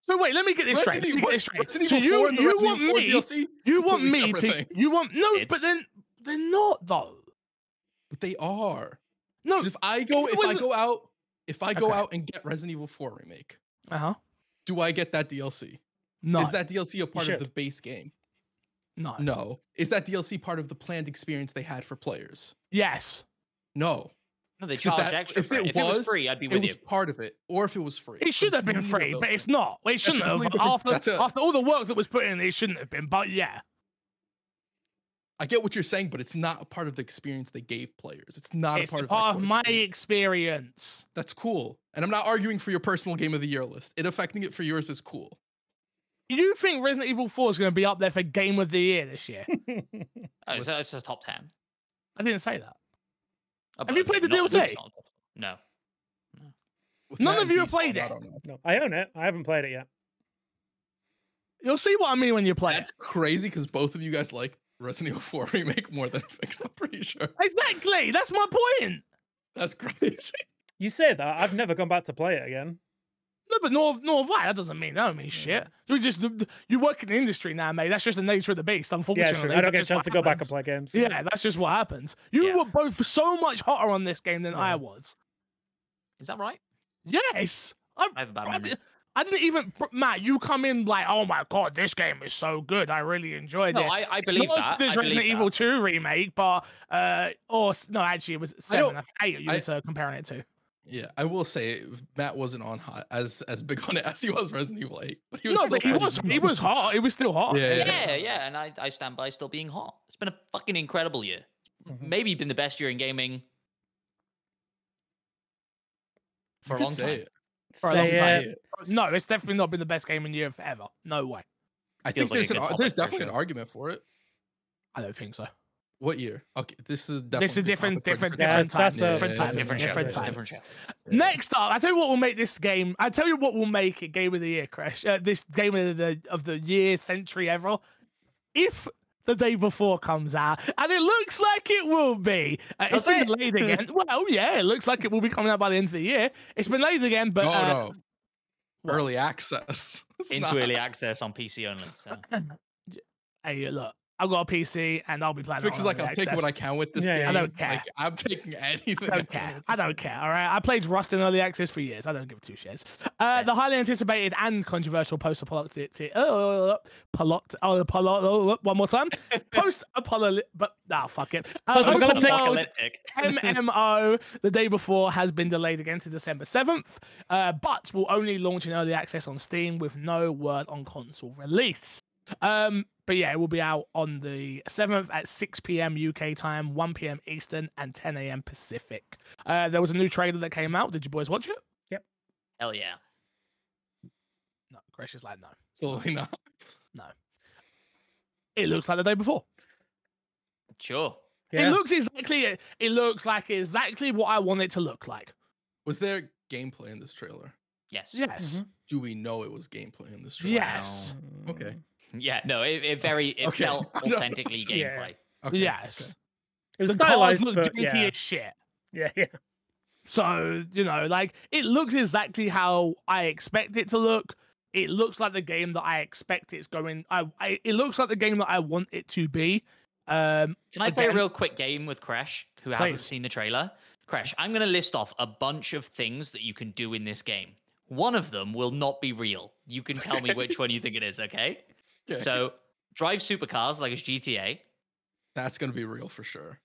So wait, let me get this
Resident
straight. Let
Evil,
me get this straight.
Resident
So
Evil 4
you,
and the
you
Resident
want
Evil 4
me,
DLC,
you want
completely
me to,
separate
you
things.
want no, but
It's-
then they're not though.
but they are.
No,
'Cause if I go,
it
if I
wasn't-
go out, if I go
Okay.
out and get Resident Evil 4 remake,
uh huh.
do I get that DLC?
No,
Is that DLC a part of
should.
the base game?
no.
No. Is that DLC part of the planned experience they had for players?
Yes,
No.
No, they
If
charge
that-
extra.
if
for it.
it
if it was
was-
free, I'd be
It
with
was
you.
part of it, or if it was free.
it should
But
have
it's
been
neither of
free,
those
but it's
things.
not. It shouldn't have.
completely different-
After,
that's a-
after all the work that was put in, it shouldn't have been. But yeah,
I get what you're saying, but it's not a part of the experience they gave players. It's not
it's
a part of, that
part of
core
my
experience.
experience.
That's cool. And I'm not arguing for your personal game of the year list. It affecting it for yours is cool.
You think Resident Evil 4 is going to be up there for Game of the Year this year?
Oh, it's, it's a top ten.
I didn't say that.
Oh,
Have you
okay,
played the
not-
DLC?
it's not- No.
With
None
Matt
of
and
you have
Beast,
played
I
it.
don't know.
no, I own it. I haven't played it yet.
You'll see what I mean when you play it.
That's crazy because both of you guys like Resident Evil 4 remake more than FX, I'm pretty sure.
Exactly. That's my point.
That's crazy.
You say that. I've never gone back to play it again.
No, but nor nor have I. That doesn't mean that don't mean shit. You just you work in the industry now, mate. That's just the nature of the beast.
Yeah,
Unfortunately,
sure. I don't
That's
get a
just what
chance to go back and
happens.
play games.
Yeah, that's just what happens. You
Yeah.
were both so much hotter on this game than
Yeah.
I was.
Is that right?
Yes, I,
I have a bad
I,
memory.
di- I didn't even br- Matt. You come in like, oh my god, this game is so good. I really enjoyed
No,
it.
I, I believe
Not as
that.
good as
I
Resident
believe
Evil
that.
2 remake, but uh, or s- no, actually it was seven,
don't-
I think, eight. You
I-
was uh, comparing it to.
Yeah, I will say Matt wasn't on hot as as big on it as he was Resident Evil 8. But he was
No,
still
but he
pretty
was
good.
he was hot. It was still hot.
Yeah,
Yeah,
yeah,
yeah, and I, I stand by still being hot. It's been a fucking incredible year.
Mhm.
Mm-hmm.
Maybe been the best year in gaming
You
for a
could
long
say
time.
it.
For a
Say
long
You could
time.
say
it.
it.
No, it's definitely not been the best game in year forever. No way.
I
Feels
think
like a
there's
good
an, ar-
topic
there's
for
definitely an
sure.
argument for it.
I don't think so.
What year? Okay, this is definitely
This is
a good
different,
topic for a
different,
Yeah,
different time.
that's- that's a-
Different
Yeah,
time. Different,
Different,
show,
different,
yeah,
time.
different show.
yeah.
Next up, I tell you what will make this game. I tell you what will make it game of the year, Crash. Uh, this game of the of the year, century, ever. If the day before comes out, and it looks like it will be. Uh, it's
Does
been
it?
delayed again. well, yeah, it looks like it will be coming out by the end of the year. It's been delayed again, but
No,
uh,
no. Early access. It's not-
Into early access on PC only. So.
hey, look, I've got a PC and I'll be playing. it
Fix
on
is like,
early
I'm taking what I
access.
can with this
Yeah, yeah.
game.
I
don't care.
Like, I'm taking anything.
I
I
don't
can
care.
with
I
this
don't
game.
care. All right. I played Rust in early access for years. I don't give two shits. Uh,
Fair.
the highly anticipated and controversial post-apocalyptic. Oh, polot. Oh, polot. Oh, one more time. Post-apollo. But nah, fuck it. Uh,
Post-apocalyptic.
post-world
Apocalyptic.
MMO the day before has been delayed again to December 7th, uh, but will only launch in early access on Steam with no word on console release. Um, but yeah, it will be out on the 7th at 6 p.m. UK time, 1 p.m. Eastern, and 10 a.m. Pacific. Uh, there was a new trailer that came out. Did you boys watch it?
Hell yeah.
No, Crash is like, no.
Absolutely not.
It looks like the day before.
Sure.
Yeah.
It looks exactly it. It looks like exactly what I want it to look like.
Was there gameplay in this trailer?
Yes.
Yes.
Do we know it was gameplay in this
Mm-hmm.
trailer?
Yes.
Mm.
Okay.
Yeah, no, it, it very it
Okay.
felt
No,
authentically
yeah.
gameplay.
Okay,
Yes.
It was
the cars
stylized,
look
but
janky
yeah.
as shit.
yeah, yeah.
So, you know, like it looks exactly how I expect it to look. It looks like the game that I expect it's going. I, I it looks like the game that I want it to be. Um,
Can I play a
Again-
real quick game with Crash, who hasn't
Please.
seen the trailer? Crash, I'm going to list off a bunch of things that you can do in this game. One of them will not be real. You can tell me which one you think it is, okay?
Okay. Okay.
So, drive supercars like it's GTA,
that's gonna be real for sure.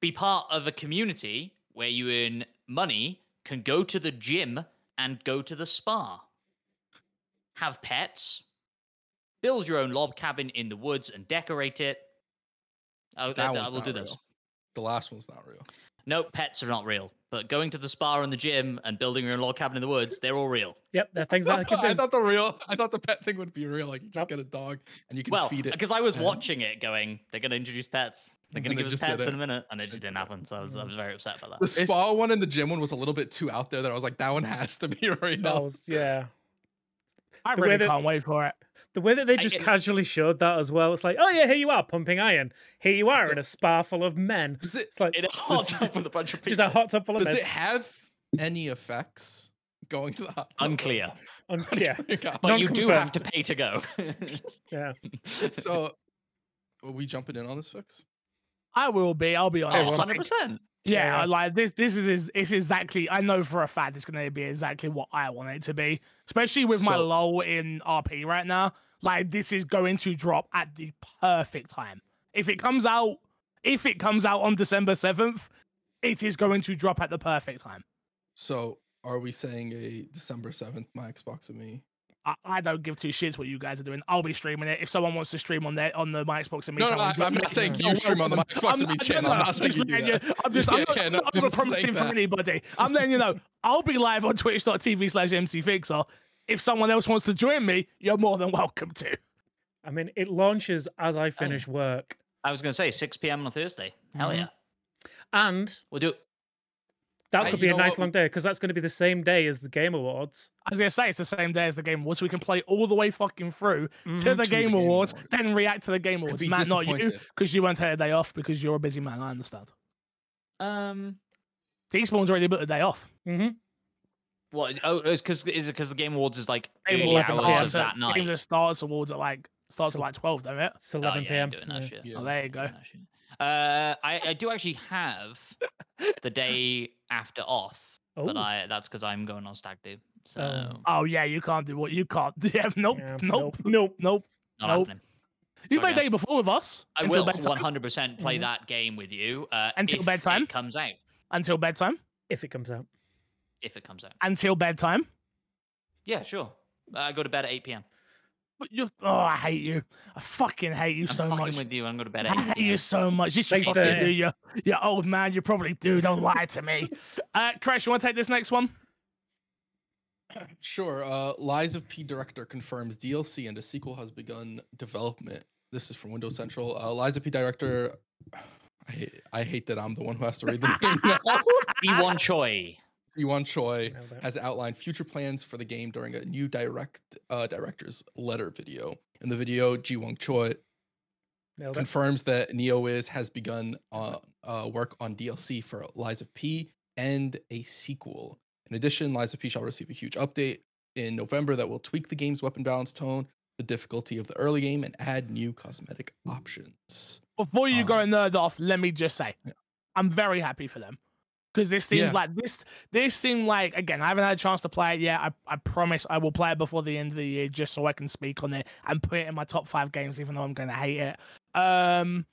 be part of a community where you earn money, can go to the gym and go to the spa, have pets, build your own log cabin in the woods and decorate it. Oh, th-
That
th- I
one's
will
not
do those.
real. The last one's not real.
No, pets are not real, but going to the spa and the gym and building your own log cabin in the woods, they're all real.
Yep, there are things that I
I thought, I
could do.
thought the real. I thought the pet thing would be real. Like you just
Nope.
get a dog and you can
Well,
feed it.
because I was
and-
watching it going, they're going to introduce pets. They're going to
And they
give us
just did
pets in
it.
a minute. And it just
did
didn't
it.
happen. So I was, I was very upset about
The
that.
It's-
spa one and the gym one was a little bit too out there. That I was like, that one has to be real.
That was, yeah.
I
The way
really
that-
can't wait for it.
The way that they
I-
just
and-
casually showed that as well. It's like, oh yeah, here you are pumping iron. Here you are in a spa full of men.
Does it
It's like
In a hot tub with a bunch of
just
people.
a hot tub full of
does
men.
it have any effects going to the hot tub?
Unclear.
Un- yeah,
But you do have to
Non-confirmed.
pay to go.
yeah.
So, are we jumping in on this fix?
I will be. I'll be honest.
well,
like,
100%.
Yeah,
Yeah.
like this. This is is it's exactly. I know for a fact it's going to be exactly what I want it to be, especially with my
So-
lull in RP right now. Like this is going to drop at the perfect time. If it comes out, if it comes out on December seventh, it is going to drop at the perfect time.
So are we saying a December seventh, my Xbox and me?
I, I don't give two shits what you guys are doing. I'll be streaming it. If someone wants to stream on their on the my Xbox and me
No, no,
channel,
I,
you're-
I'm
you're-
not saying
you're
you stream on the my
welcome.
Xbox and me
I'm-
channel.
no,
I'm
no,
not saying you
just
do
letting
that.
you- I'm just,
Yeah,
I'm not,
yeah, no,
I'm
this
not
is
promising for
saying that.
anybody. I'm letting you know, I'll be live on twitch.tv slash mcfixer. If someone else wants to join me, you're more than welcome to.
I mean, it launches as I finish
Oh.
work,
I was going to say 6 p.m. on Thursday. Hell
Mhm.
yeah.
and
We'll do
that
Hey,
could
you
be a
know
nice
what?
long day because that's going to be the same day as the Game Awards.
I was gonna say it's the same day as the game awards. so We can play all the way fucking through to
Mhm.
the
To the
game
Game
awards,
Awards.
then react to the game
I'd
awards.
be
Matt, not you,
disappointed.
because you won't take a day off because you're a busy man. I understand.
it. Um,
Despawn's already booked a day off.
Mhm.
what? Oh, it's because is it because the Game Awards is like
Game
early
awards
at
hours of
starts at-
that night?
Game just starts awards at like starts at like twelve, don't it?
It's
Oh,
11
yeah, I
p.m.
ain't doing that
yeah.
shit.
Yeah.
Oh, there you go.
doing that shit. Uh, I, I do actually have the day after off, but
Oh.
I that's because I'm going on stag do. So
Oh.
Oh yeah, you can't do what you can't. Yeah, nope,
Yeah,
nope,
nope.
nope, nope.
not
Nope.
happening.
You
Sorry,
play
guys.
day before with us.
I
until
will
bedtime.
100% play
Mhm.
that game with you uh,
Until
if
bedtime?
It comes out
Until bedtime.
If it comes out.
if it comes out.
Until bedtime.
Yeah, sure. Uh, I go to bed at 8 p.m.
But you. Oh, I hate you. I fucking hate you
I'm
so
fucking
much.
with you. I'm going to bed at 8
I hate
p.m.
you so much. You should
Like
fucking
the-
do. You, you old man. You probably do. Don't lie to me. Uh, Crash, you want to take this next one?
Sure. Uh, Lies of P director confirms DLC and a sequel has begun development. This is from Windows Central. Uh, Lies of P director. I hate, I hate that I'm the one who has to read the name now.
Ewan Choi.
Yuan Choi
Nailed it.
has outlined future plans for the game during a new direct uh, director's letter video. In the video, Ji Wong Choi
Nailed it.
confirms that Neo is has begun uh, uh, work on DLC for Lies of P and a sequel. In addition, Lies of P shall receive a huge update in November that will tweak the game's weapon balance tone, the difficulty of the early game, and add new cosmetic options.
Before you go
Um,
nerd off, let me just say,
yeah.
I'm very happy for them because this seems
Yeah.
like this. This seemed like again, I haven't had a chance to play it yet. I, I promise I will play it before the end of the year just so I can speak on it and put it in my top five games, even though I'm going to hate it. Um,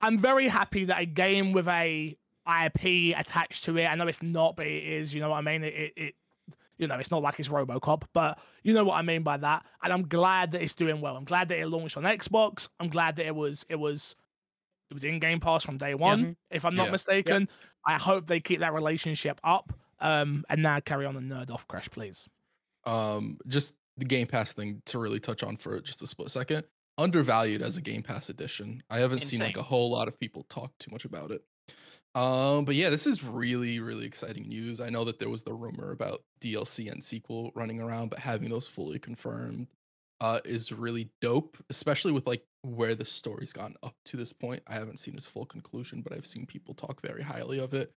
I'm very happy that a game with a IP attached to it. I know it's not, but it is. You know what I mean? It, it, it you know, it's not like it's RoboCop, but you know what I mean by that. And I'm glad that it's doing well. I'm glad that it launched on Xbox. I'm glad that it was it was it was in Game Pass from day one,
Mhm.
if I'm not
Yeah.
mistaken. I hope they keep that relationship up. Um, and now carry on the nerd off crash, please.
um just the game pass thing to really touch on for just a split second undervalued as a game pass edition i haven't seen like a
Insane.
whole lot of people talk too much about it um but yeah this is really really exciting news i know that there was the rumor about dlc and sequel running around but having those fully confirmed uh is really dope especially with like where the story's gone up to this point i haven't seen its full conclusion but i've seen people talk very highly of it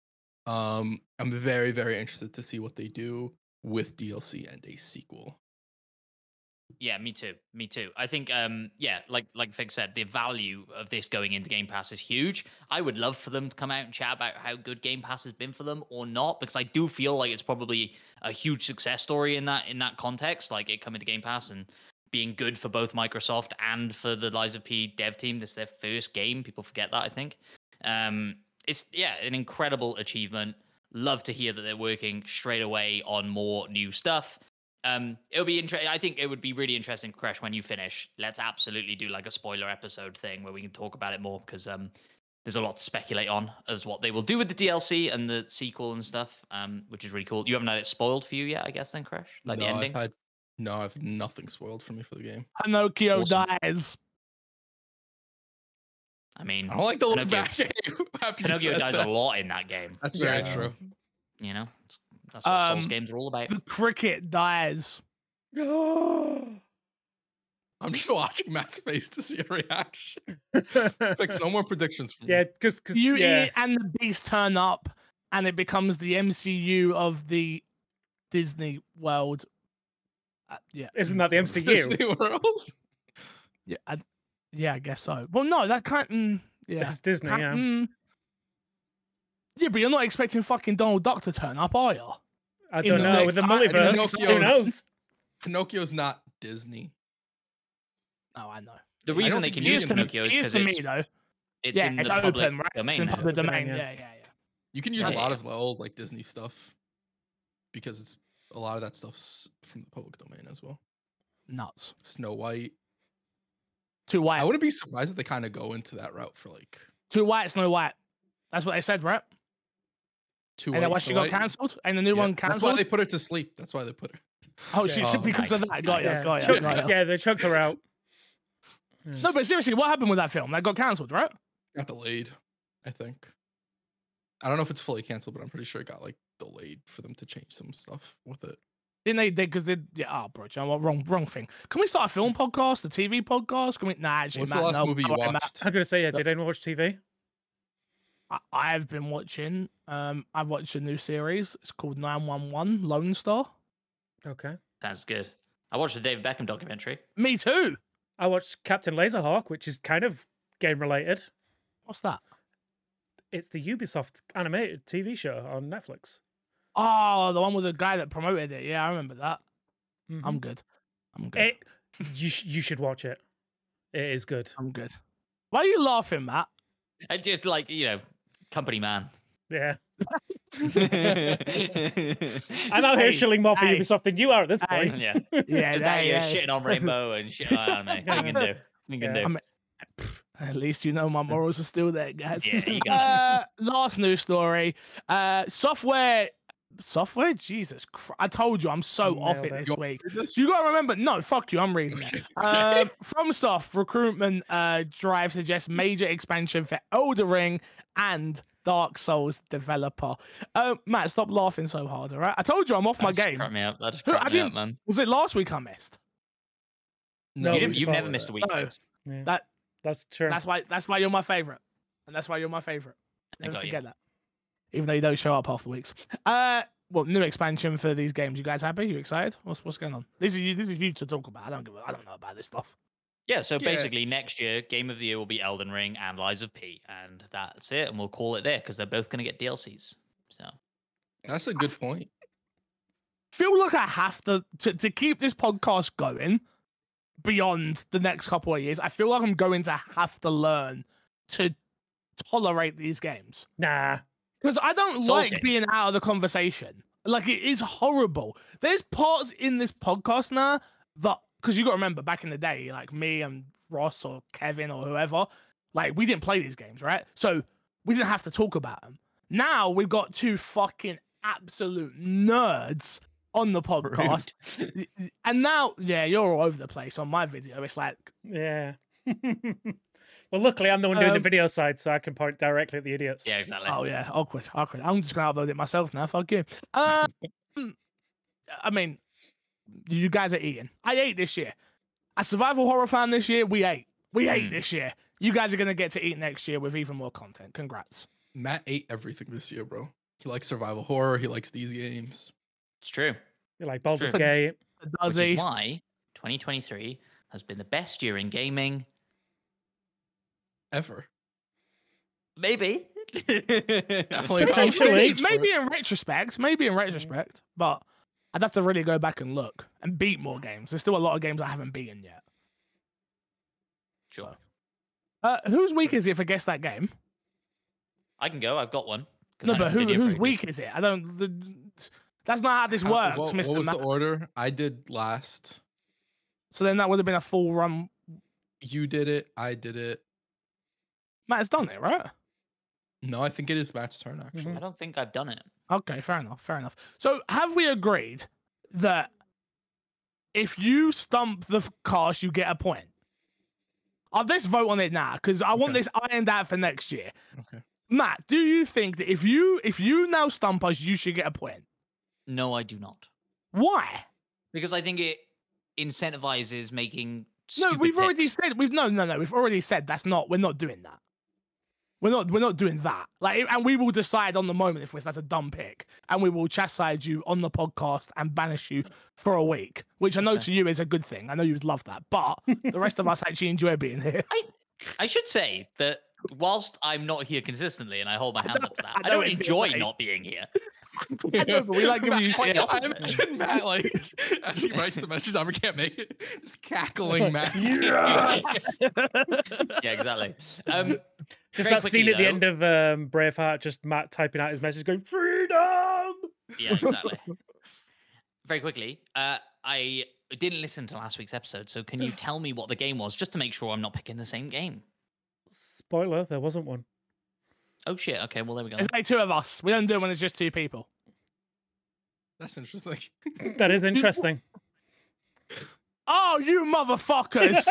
um i'm very very interested to see what they do with DLC and a sequel.
Yeah, me too. Me too. I think um yeah, like like Fig said, the value of this going into Game Pass is huge. I would love for them to come out and chat about how good Game Pass has been for them or not, because I do feel like it's probably a huge success story in that in that context, like it coming to Game Pass and being good for both Microsoft and for the Liza P dev team. This is their first game. People forget that, I think. Um it's yeah, an incredible achievement. Love to hear that they're working straight away on more new stuff um it'll be interesting i think it would be really interesting crash when you finish let's absolutely do like a spoiler episode thing where we can talk about it more because um there's a lot to speculate on as what they will do with the dlc and the sequel and stuff um which is really cool you haven't had it spoiled for you yet i guess then crash like the ending
I've had no, I've nothing spoiled for me for the game.
Pinocchio
Awesome.
dies.
i mean
I don't like to look
Pinocchio-
back at you after you
pinocchio
said
dies
that.
a lot in that game
That's very
so,
true.
you know it's- that's what souls
Um,
games are all about
The cricket dies.
I'm just watching Matt's face to see a reaction. Fix no more predictions from
yeah,
you.
because
You
yeah,
and the beast turn up, and it becomes the MCU of the Disney world. Uh, yeah,
isn't that the MCU?
Disney World.
Yeah, I, yeah, I guess so. Well, no, that can't. Mm, yeah,
It's Disney.
can't-
Yeah.
mm, Yeah, but you're not expecting fucking Donald Duck to turn up, are you?
I
In
don't
the
know.
next-
With
I-
the
in the
multiverse,
next
who
years.
knows?
Pinocchio's not Disney.
Oh, I know.
The
I
reason
don't
they
think
can
it
It
use
is to me,
Pinocchio
it
is
is
because
to me
it's,
though.
it's
yeah,
in
it's
the
open,
public
right? it's
domain.
in
now.
public domain.
Domain,
Yeah,
yeah.
yeah, yeah.
You can use a
Yeah,
lot
yeah.
of the old like Disney stuff because it's a lot of that stuff's from the public domain as well.
Nuts.
Snow White.
Too white.
I wouldn't be surprised if they kind of go into that route for like
Too white. Snow White. That's what they said, right?
two.
and then
White,
once she
Snow
got
White.
cancelled, and the new
Yeah,
one
That's why
cancelled.
they put her to sleep. That's why they put her.
Oh, she
Yeah.
should because of
Nice,
that. Got
nice.
ya, got ya,
Chuck-
got ya.
yeah, they chucked her out.
No, but seriously, what happened with that film? That got cancelled, right?
Got delayed, I think. I don't know if it's fully canceled, but I'm pretty sure it got like delayed for them to change some stuff with it.
Didn't they? They because they yeah. Oh, bro, do you know what? Wrong, wrong thing. Can we start a film podcast, a TV podcast? Can we? Nah, actually,
What's
Matt,
the last
no,
movie you
all right, Matt.
watched?
I'm gonna say, yeah.
No.
Did anyone watch TV?
I- I've been watching. Um, I watched a new series. It's called Nine One One Lone Star.
Okay.
Sounds good. I watched the David Beckham documentary.
Me too.
I watched Captain Laserhawk, which is kind of game related.
What's that?
It's the Ubisoft animated TV show on Netflix.
Oh, the one with the guy that promoted it. Yeah, I remember that.
Mhm.
Mm-hmm.
I'm good. I'm good.
It, you sh- you should watch it. It is good.
I'm good. Why are you laughing, Matt?
I just like you know, company man.
Yeah,
I'm
I'm out here
Hey,
shilling more for
hey,
Ubisoft than you are at this
hey.
point.
Yeah,
Yeah,
just
yeah,
out here
yeah.
shitting on Rainbow and shitting on anime. What you can do? What you can
Yeah.
do?
At least you know my morals are still there, guys.
Yeah, you got it.
uh, last news story. Uh, software, software. Jesus, Christ. I told you I'm so
You
off
nailed
it
it.
this
You
week.
Did this?
So you gotta remember. No, fuck you. I'm reading it. Um, FromSoft recruitment uh, drive suggests major expansion for Elder Ring and Dark Souls developer. Uh, Matt, stop laughing so hard. All right, I told you I'm off
That
my
just
game.
cracked me up. That just
Who- I
cracked me up,
didn't-
man.
Was it last week I missed?
No,
you
we
didn't,
can
you've never
follow
missed
that.
a week.
No.
folks.
Yeah.
That-
that's true.
That's why. That's why you're my favorite, and that's why you're my favorite.
I
Never
got you.
forget that. Even though you don't show up half the weeks. Uh, well, new expansion for these games. You guys happy? You excited? What's what's going on? This is this is you to talk about. I don't give. A, I don't know about this stuff.
Yeah, so
Yeah.
basically next year, game of the year will be Elden Ring and Lies of P, and that's it. And we'll call it there because they're both going to get DLCs. So
That's a good point.
Feel like I have to, to to keep this podcast going beyond the next couple of years. I feel like I'm going to have to learn to tolerate these games.
nah.
Because I don't
Souls
like
games.
being out of the conversation. Like it is horrible. There's parts in this podcast now that because you got to remember back in the day, like me and Ross or Kevin or whoever, like we didn't play these games, right? So we didn't have to talk about them. Now we've got two fucking absolute nerds on the podcast, and now yeah, you're all over the place on my video. It's like
Yeah. well, luckily I'm the one doing the
Um,
video side, so I can point directly at the idiots.
yeah, exactly.
Oh yeah, awkward, awkward. I'm just gonna upload it myself now. Fuck you. Um, I mean, you guys are eating. I ate this year. A survival horror fan this year. We ate. We ate
Mm.
this year. You guys are gonna get to eat next year with even more content. Congrats.
Matt ate everything this year, bro. He likes survival horror. He likes these games.
It's true.
You're like Baldur's
Sure.
Gate.
Does
Which is
he?
why 2023 has been the best year in gaming.
Ever.
Maybe.
Definitely.
Maybe,
not
maybe-
Potentially.
six, bro.
maybe in retrospect. Maybe
Hmm.
in retrospect. But I'd have to really go back and look and beat more games. There's still a lot of games I haven't beaten yet.
Sure.
Uh, whose week is it? If I guess that game.
I can go. I've got one. 'cause
No,
I
but
know
who,
video
whose
footage.
week is it? I don't. The, that's not how this
How-
works,
what, what
Mister.
was the order? I did last.
So then that would have been a full run.
You did it. I did it.
Matt's done it, right?
No, I think it is Matt's turn
Mm-hmm.
actually.
I don't think I've done it.
Okay, fair enough, fair enough. So have we agreed that if you stump the f- cast, you get a point? I'll just vote on it now because I want
Okay.
this ironed out for next year.
Okay.
Matt, do you think that if you if you now stump us, you should get a point?
No, I do not.
Why?
Because I think it incentivizes making.
No,
stupid
we've already
picks.
said we've no no no we've already said that's not we're not doing that. We're not we're not doing that. Like and we will decide on the moment if it's that's a dumb pick. And we will chastise you on the podcast and banish you for a week. Which I
That's
know
fair.
to you is a good thing. I know you'd love that. But the rest of us actually enjoy being here.
I should say that whilst I'm not here consistently, and I hold my hands up to that,
I
I
know
don't
it feels
enjoy
like-
not being here.
I know, but we like giving you
Matt-
quite
shit.
the
I
opposite.
imagine Matt like as he writes the message, I can't make it, just cackling Matt.
Yes.
Yeah, exactly. Um,
Just
very
that
quickly,
scene at the
though-
end of um, Braveheart, just Matt typing out his message, going "Freedom."
Yeah, exactly. Very quickly, uh, I didn't listen to last week's episode, so can you tell me what the game was, just to make sure I'm not picking the same game?
Spoiler: there wasn't one.
Oh shit! Okay, well there we go.
It's like two of us. We don't do it when it's just two people.
That's interesting.
That is interesting.
Oh, you motherfuckers!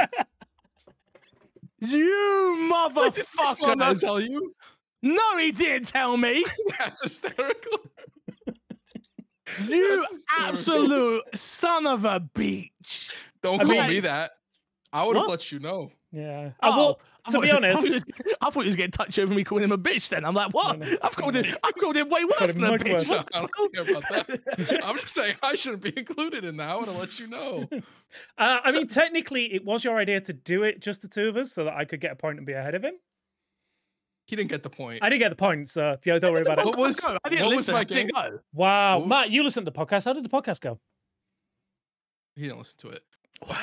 you
Why did this one not
motherfuckers!
tell you?
No, he didn't tell me.
That's hysterical.
You
That's hysterical.
absolute son of a beach.
Don't
I
call
mean-
me that. I would have
What?
let you know.
Yeah.
Oh,
I will.
I
To
thought-
be
I thought,
honest,
he was, I thought he was getting touched over me calling him a bitch. Then I'm like, what?
No, no,
I've called
no.
him. I've called him way worse
him
than a
much
bitch.
worse.
What
I don't care about that. I'm just saying I shouldn't be included in that. I want to let you know.
Uh, I mean, technically, it was your idea to do it just the two of us so that I could get a point and be ahead of him.
He didn't get the point.
I didn't get the point, so yeah, don't worry about
the
it.
What
fuck
was-
go? I didn't
what was
listen.
my
I didn't go.
Wow,
What-
Matt, you listened to the podcast. How did the podcast go?
He didn't listen to it.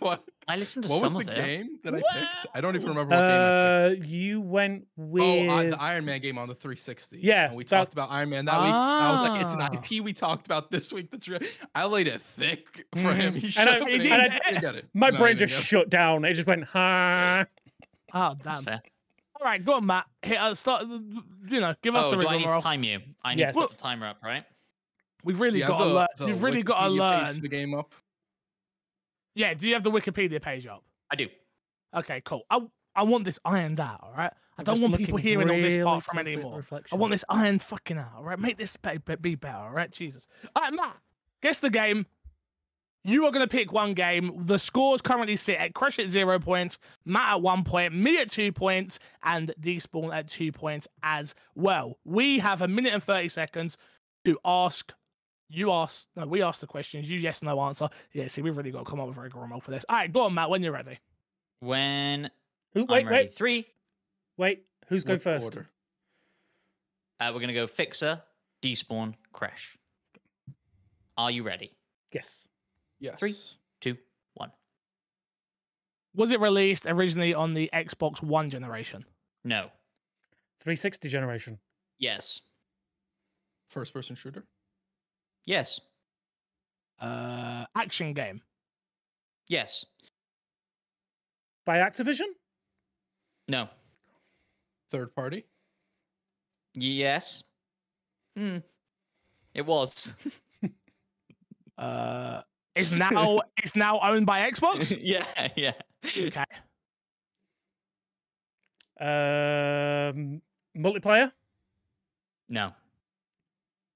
What,
I listened to
what was
some
the
of it.
game that I picked? I don't even remember what game I
Uh,
picked.
you went with
Oh, I, the Iron Man game on the 360.
Yeah,
and we
that-
talked about Iron Man that week. And I was like, it's
Ah.
an IP we talked about this week. That's real. I laid it thick for him. He
Mhm.
showed
And I-
up and
and
he
I-
didn't get it.
my
No, he
brain
didn't
just
get it.
shut down. It just went ha.
Oh
That's
damn!
fair.
All right, go on, Matt. Hit us. Start. You know, give us
Oh,
a
do I need to
rigmarole.
time you? I need to
Yes.
put the timer up, right?
We've really
Yeah,
got to
the-
learn.
the
You've really got to
Wikipedia page for
learn.
the game up.
Yeah. Do you have the Wikipedia page up?
I do.
Okay, cool. I I want this ironed out. All right. I don't want people hearing all this part from anymore. I want this iron fucking out. All right. Make this be, be- be better. All right. Jesus. All right, Matt. Guess the game. You are going to pick one game. The scores currently sit at Crush at zero points, Matt at one point, me at two points, and Despawn at two points as well. We have a minute and 30 seconds to ask. You ask. No, we ask the questions. You yes, no answer. Yeah, see, we've really got to come up with a grammar for this. All right, go on, Matt, when you're ready.
When
Who, wait,
I'm ready.
wait,
Three.
wait. Who's going
What
first?
order?
Uh, we're gonna go fixer, despawn, crash. Are you ready?
Yes.
Yes.
Three. Two, one.
Was it released originally on the Xbox One generation?
No.
360 generation.
Yes.
First person shooter.
Yes.
Uh, action game.
Yes.
By Activision?
No.
Third party.
Yes. Hmm. It was.
Uh, is now is now owned by Xbox.
yeah. Yeah.
Okay.
Um, multiplayer?
No.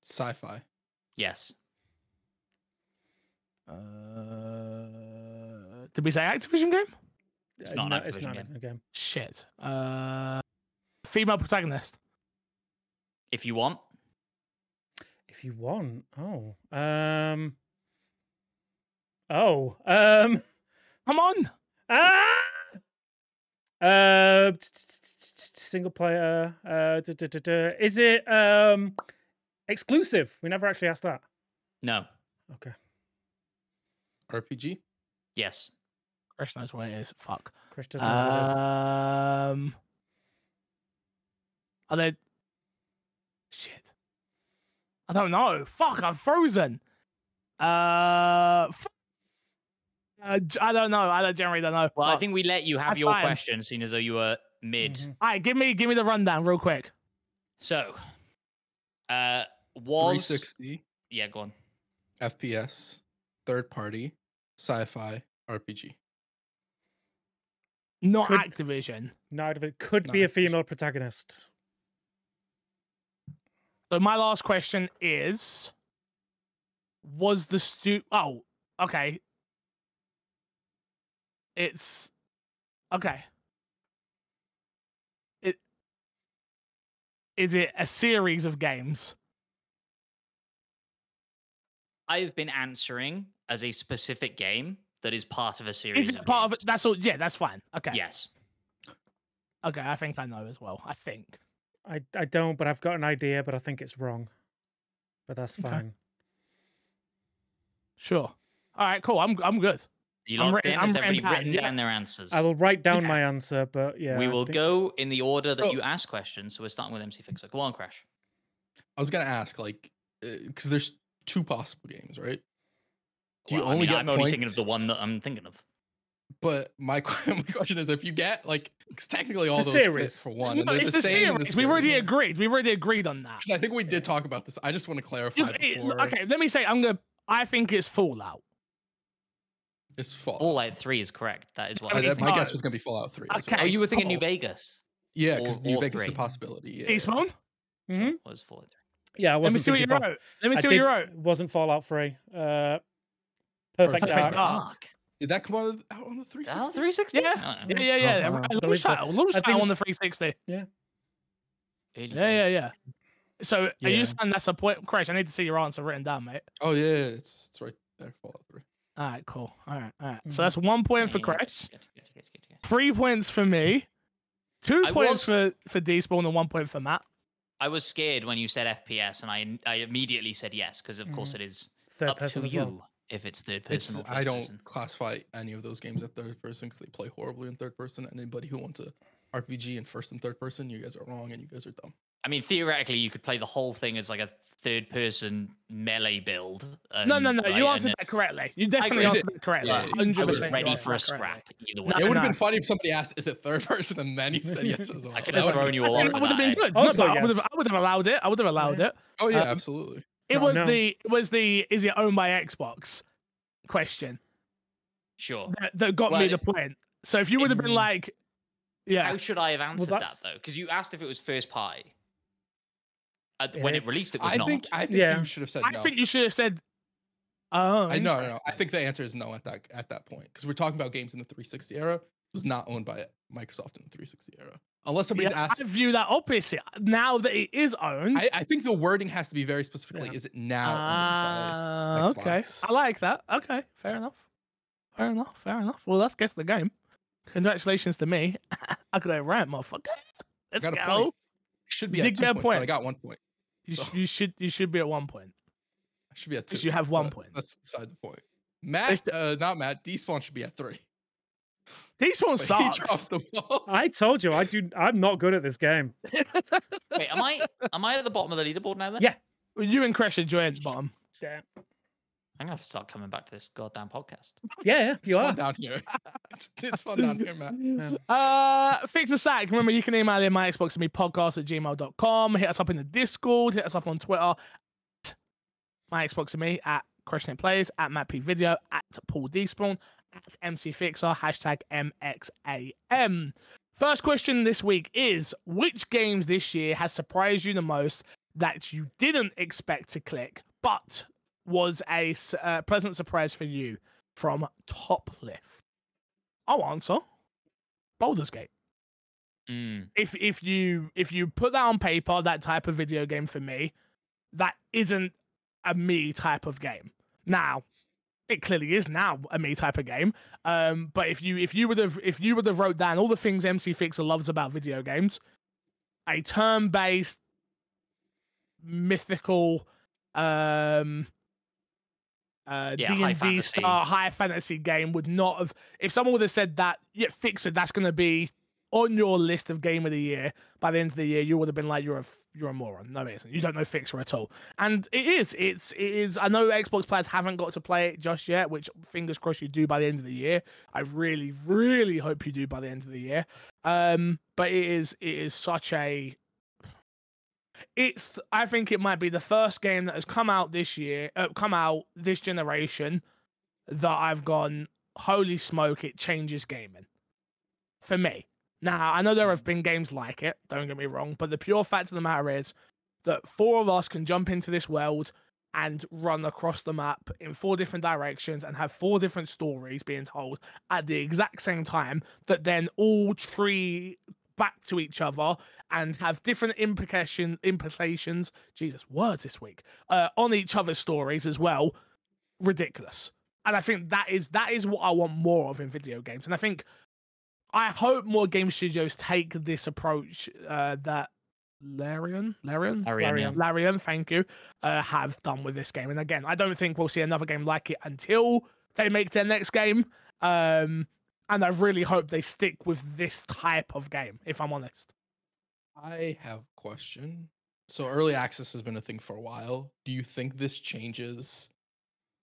Sci fi.
Yes.
Uh, did we say Activision game?
It's not an
Uh, it's
Activision
not
game.
a game.
Shit. Uh, female protagonist.
If you want.
If you want. Oh. Um. Oh. Um.
Come on.
Ah! Uh, t- t- t- t- t- single player. Uh, duh, duh, duh, duh. is it um exclusive? We never actually asked that.
No.
Okay.
RPG.
Yes.
Chris knows what it is. Fuck.
Chris doesn't know what it
Uh,
is.
Um. Are they? Shit. I don't know. Fuck. I'm frozen. Uh. fu- uh, j- I don't know. I don't generally don't know.
Well, I
Fuck.
think we let you have
That's
your
fine. Mm-hmm.
question, seeing as though you were mid.
Mhm.
All right, give me give me the rundown real quick.
So, uh, was
360.
yeah, go on.
FPS. Third party. Sci fi. RPG.
Not
Could-
Activision.
No, it could
No,
be a
it's just-
female protagonist.
So my last question is: Was the stu? Oh, okay. It's okay. It is it a series of games?
I have been answering as a specific game that is part of a series.
Is it part of it?
games.
That's all. Yeah, that's fine. Okay.
Yes.
Okay, I think I know as well. I think.
I, I don't, but I've got an idea, but I think it's wrong. But that's
Okay.
fine.
Sure. All right, cool. I'm I'm good.
You
I'm
locked
written-
in?
I'm
Has
written
everybody
down,
written
yeah.
down their answers?
I will write down
Yeah.
my answer, but yeah.
we
I
will
think-
go in the order that
So-
you ask questions. So we're starting with MC Fixer. Go on, Crash.
I was gonna ask, like, because there's two possible games, right? Do you
I
only
mean,
get
I'm only thinking of the
points?
one that I'm thinking of.
But my, que- my question is, if you get like, 'cause technically all
The
those fit
series.
for one, and
No,
they're
it's
the
the
same in the
series. We've already
series.
agreed. We've already agreed on that.
'Cause I think we did talk about this. I just want to
You-
clarify
it-
before
okay, let me say I'm gonna. I think it's Fallout.
it's Fallout.
Fallout 3 is correct. That is
No,
what
Uh,
I
it's
was
that-
thinking.
my
not.
Uh, guess was gonna be Fallout Three. as well.
Oh, you were thinking New
Oh.
Vegas.
Yeah,
Or-
because New
or
Vegas is a
three.
possibility. Yeah.
Peace Bone.
Mhm.
What was Fallout 3?
Yeah, I
Let me
wasn't
see what you
thinking Fall-
wrote. Let me
I
see what you
did-
wrote.
Wasn't Fallout Free. Uh, Perfect,
Perfect
Dark.
Dark.
Did that come out, of, out on the three?
That was 360?
Yeah,
Oh,
yeah, yeah, yeah.
Uh-huh.
I
Believe
Launch
so.
title, launch
I think
title on the
it's-
360.
early
Yeah, yeah,
days.
yeah. So are
Yeah.
you saying that's a point, Crash? I need to see your answer written down, mate.
Oh yeah, yeah, it's it's right there. Fallout Three.
All right, cool. All right, all right.
Mhm.
So that's one point for
Yeah,
Crash,
good, good, good, good, good.
three points for me, two
I
points
was-
for for D Spawn, and one point for Matt.
I was scared when you said FPS, and I I immediately said yes because of course it is
Third
up
person
to
as
you
well.
if it's third person.
It's,
or
I
first
don't
person.
classify any of those games at third person because they play horribly in third person. Anybody who wants a RPG in first and third person, you guys are wrong and you guys are dumb.
I mean, theoretically, you could play the whole thing as like a third person melee build.
No, no,
and,
no.
right,
You
Um, and
answered
it-
that correctly. You definitely
You
answered that correctly.
Yeah, I
Hundred
I was
percent.
ready for a scrap either way.
No,
it would have
no.
been funny if somebody asked, "Is it third person?" and then you said yes as well.
I could
That
have
would've
thrown
been
you
funny.
all off
It
with
would have been
that. eh?
good. no,
Also,
but I would
yes.
have. I would have allowed it. I would have allowed
Yeah.
it.
Oh yeah,
Uh,
absolutely.
It
Oh,
was
no.
the. It was the. Is it owned by Xbox? Question
Sure.
that, that got me
Well,
the
it-
point. So if you would have been
Mm.
like, yeah,
How should I have answered that
that's-
though? Because you asked if it was first party. At- when it
It's-
released, it was
I
not.
think I think
Yeah.
you should have said
I
no.
think you should have said. Oh,
I no, no, no. I
interesting.
think the answer is no at that at that point because we're talking about games in the 360 era. It was not owned by Microsoft in the 360 era, unless somebody's
Yeah,
asked.
I view that opposite now that it is owned.
I, I think the wording has to be very specific.
Yeah.
Like, is it now? owned
Ah, okay.
Xbox.
I like that. Okay, fair enough. Fair enough. Fair enough. Well, that's guess the game. Congratulations to me. I got it right, motherfucker. Let's
got
go.
a point. It should be
Dig
at two
that
points, but I
point.
got one point.
You, sh-
So-
you should you should be at one point.
I should be at two.
Because you have one
but
point.
That's beside the point. Matt,
st-
uh, not Matt. Despawn should be at three.
These one
but he
sucks.
dropped the ball.
I told you, I do. I'm not good at this game.
Wait, am I am I at the bottom of the leaderboard now? Then
Yeah.
You and Crash are joint bottom.
Yeah,
I'm gonna have to start coming back to this goddamn podcast.
yeah, yeah,
It's
you
fun
are.
down here. It's, it's fun down here, Matt.
Uh, fix the sack. Remember, you can email in my Xbox to me podcast at gmail.com. Hit us up in the Discord. Hit us up on Twitter. at my Xbox to me at Crushing It Plays, at Matt P Video, at Paul D Spawn, at MC Fixer, hashtag MXAM. First question this week is Which games this year has surprised you the most that you didn't expect to click, but was a s- uh, pleasant surprise for you from Top Lift? I'll answer. Baldur's Gate.
Mm.
If if you if you put that on paper, that type of video game for me, that isn't a me type of game. Now, it clearly is now a me type of game. Um, but if you if you would have if you would have wrote down all the things MC Fixer loves about video games, a turn based mythical um uh
Yeah, high
D&D star high fantasy game would not have if someone would have said that yeah Fixer that's going to be on your list of game of the year by the end of the year you would have been like you're a f- you're a moron no it isn't you don't know Fixer at all and it is it's it is I know Xbox players haven't got to play it just yet which fingers crossed you do by the end of the year I really really hope you do by the end of the year um but it is it is such a it's th- I think it might be the first game that has come out this year, uh, come out this generation that I've gone holy smoke it changes gaming for me. Now, I know there have been games like it, don't get me wrong, but the pure fact of the matter is that four of us can jump into this world and run across the map in four different directions and have four different stories being told at the exact same time that then all tree back to each other and have different implication implications. Jesus, words this week uh, on each other's stories as well. Ridiculous, and I think that is that is what I want more of in video games. And I think I hope more game studios take this approach uh, that Larian, Larian,
Larian, yeah.
Larian, thank you, uh, have done with this game. And again, I don't think we'll see another game like it until they make their next game. Um, and I really hope they stick with this type of game. If I'm honest,
I have a question. So early access has been a thing for a while. Do you think this changes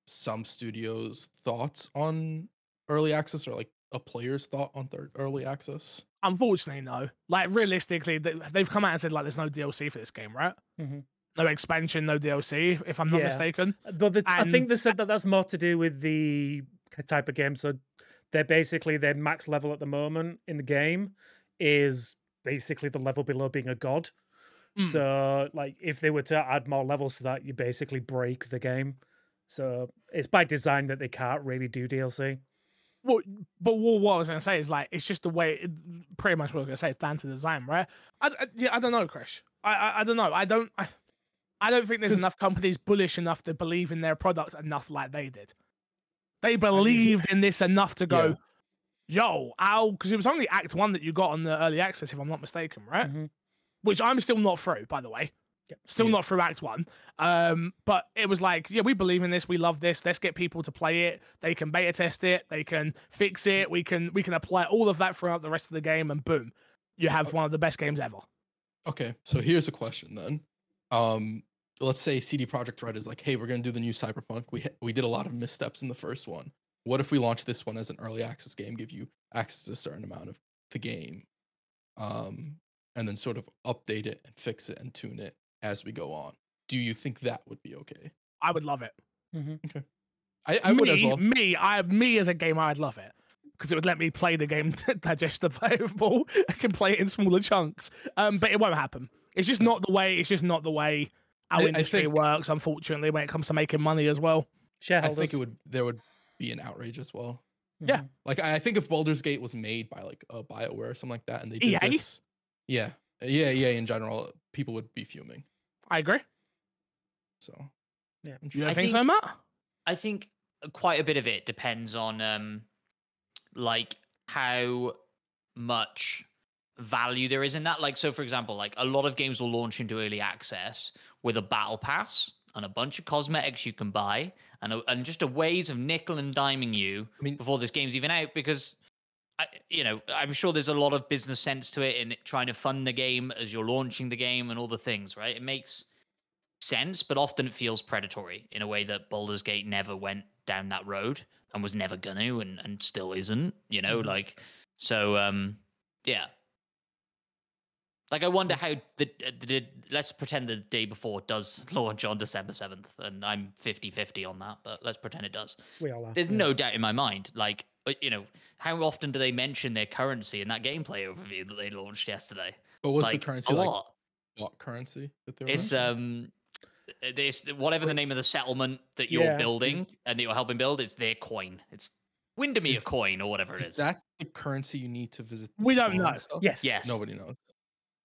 some studios' thoughts on early access or like a player's thought on third early access?
unfortunately, no. Like realistically, they- they've come out and said like there's no DLC for this game, right?
Mhm.
No expansion, no DLC. If I'm not
Yeah.
mistaken,
But the, I think
And-
they said that that's more to do with the k- type of game. So they're basically their max level at the moment in the game is basically the level below being a god.
Mm.
So like if they were to add more levels to that, you basically break the game. So it's by design that they can't really do DLC.
But wha- what I was gonna say is like it's just the way. It, pretty much what I was gonna say. It's down to design, right? I, I- yeah, I don't know, Crash. I, I I don't know. I don't. I, I don't think there's
'Cause-
enough companies bullish enough to believe in their product enough like they did. They believed in this enough to go, yo, I'll because it was only Act One that you got on the early access, if I'm not mistaken, right?
Mhm.
Which I'm still not through, by the way.
Yep.
Still
Yeah.
not through Act One. Um, but it was like, yeah, we believe in this, we love this. Let's get people to play it. They can beta test it, they can fix it, we can we can apply all of that throughout the rest of the game, and boom, you have one of the best games ever.
Okay, so here's a question then. Um, let's say CD Projekt Red is like, "Hey, we're gonna do the new Cyberpunk. We hit- we did a lot of missteps in the first one. What if we launch this one as an early access game, give you access to a certain amount of the game, um, and then sort of update it and fix it and tune it as we go on? Do you think that would be okay?
I would love it.
Mm-hmm.
I, I
me,
would as well.
me, I me as a gamer, I'd love it. Because it would let me play the game, digest the playable. I can play it in smaller chunks. Um, but it won't happen. It's just not the way. It's just not the way our
I- I
industry
think-
works. Unfortunately, when it comes to making money as well.
I
Shareholders.
think it would there would be an outrage as well.
yeah.
Mhm.
Like I I think if Baldur's Gate was made by like a Bioware or something like that, and they did
EA?
this, yeah, yeah, yeah. In general, people would be fuming.
I agree.
So
Yeah.
You don't
I
interesting.
think, so,
think-
Matt?
I think uh, quite a bit of it depends on um like how much value there is in that. Like so for example, like a lot of games will launch into early access with a battle pass and a bunch of cosmetics you can buy and a, and just a ways of nickel and diming you
I mean,
before this game's even out because I, you know i'm sure there's a lot of business sense to it in trying to fund the game as you're launching the game and all the things right it makes sense but often it feels predatory in a way that Baldur's Gate never went down that road and was never gonna and, and still isn't you know
Mm.
Mhm.
like so um yeah like I
Mm.
wonder how the, uh, the, the let's pretend the day before does launch on December 7th and I'm 50-50 on that but let's pretend it does
We all are.
there's
yeah.
no doubt in my mind. Like, uh, you know, how often do they mention their currency in that gameplay overview that they launched yesterday?
what was
like,
the currency
A
like?
lot.
What currency that they were?
It's
mentioning?
um, uh, this whatever the
Mm-hmm. Wait.
name of the settlement that you're
Yeah, is-
building and that you're helping build. It's their coin. It's Windermere
Is-
coin or whatever it
is
is.
that the currency you need to visit? the
We don't
spawn
know.
and stuff?
Yes.
Yes.
nobody knows.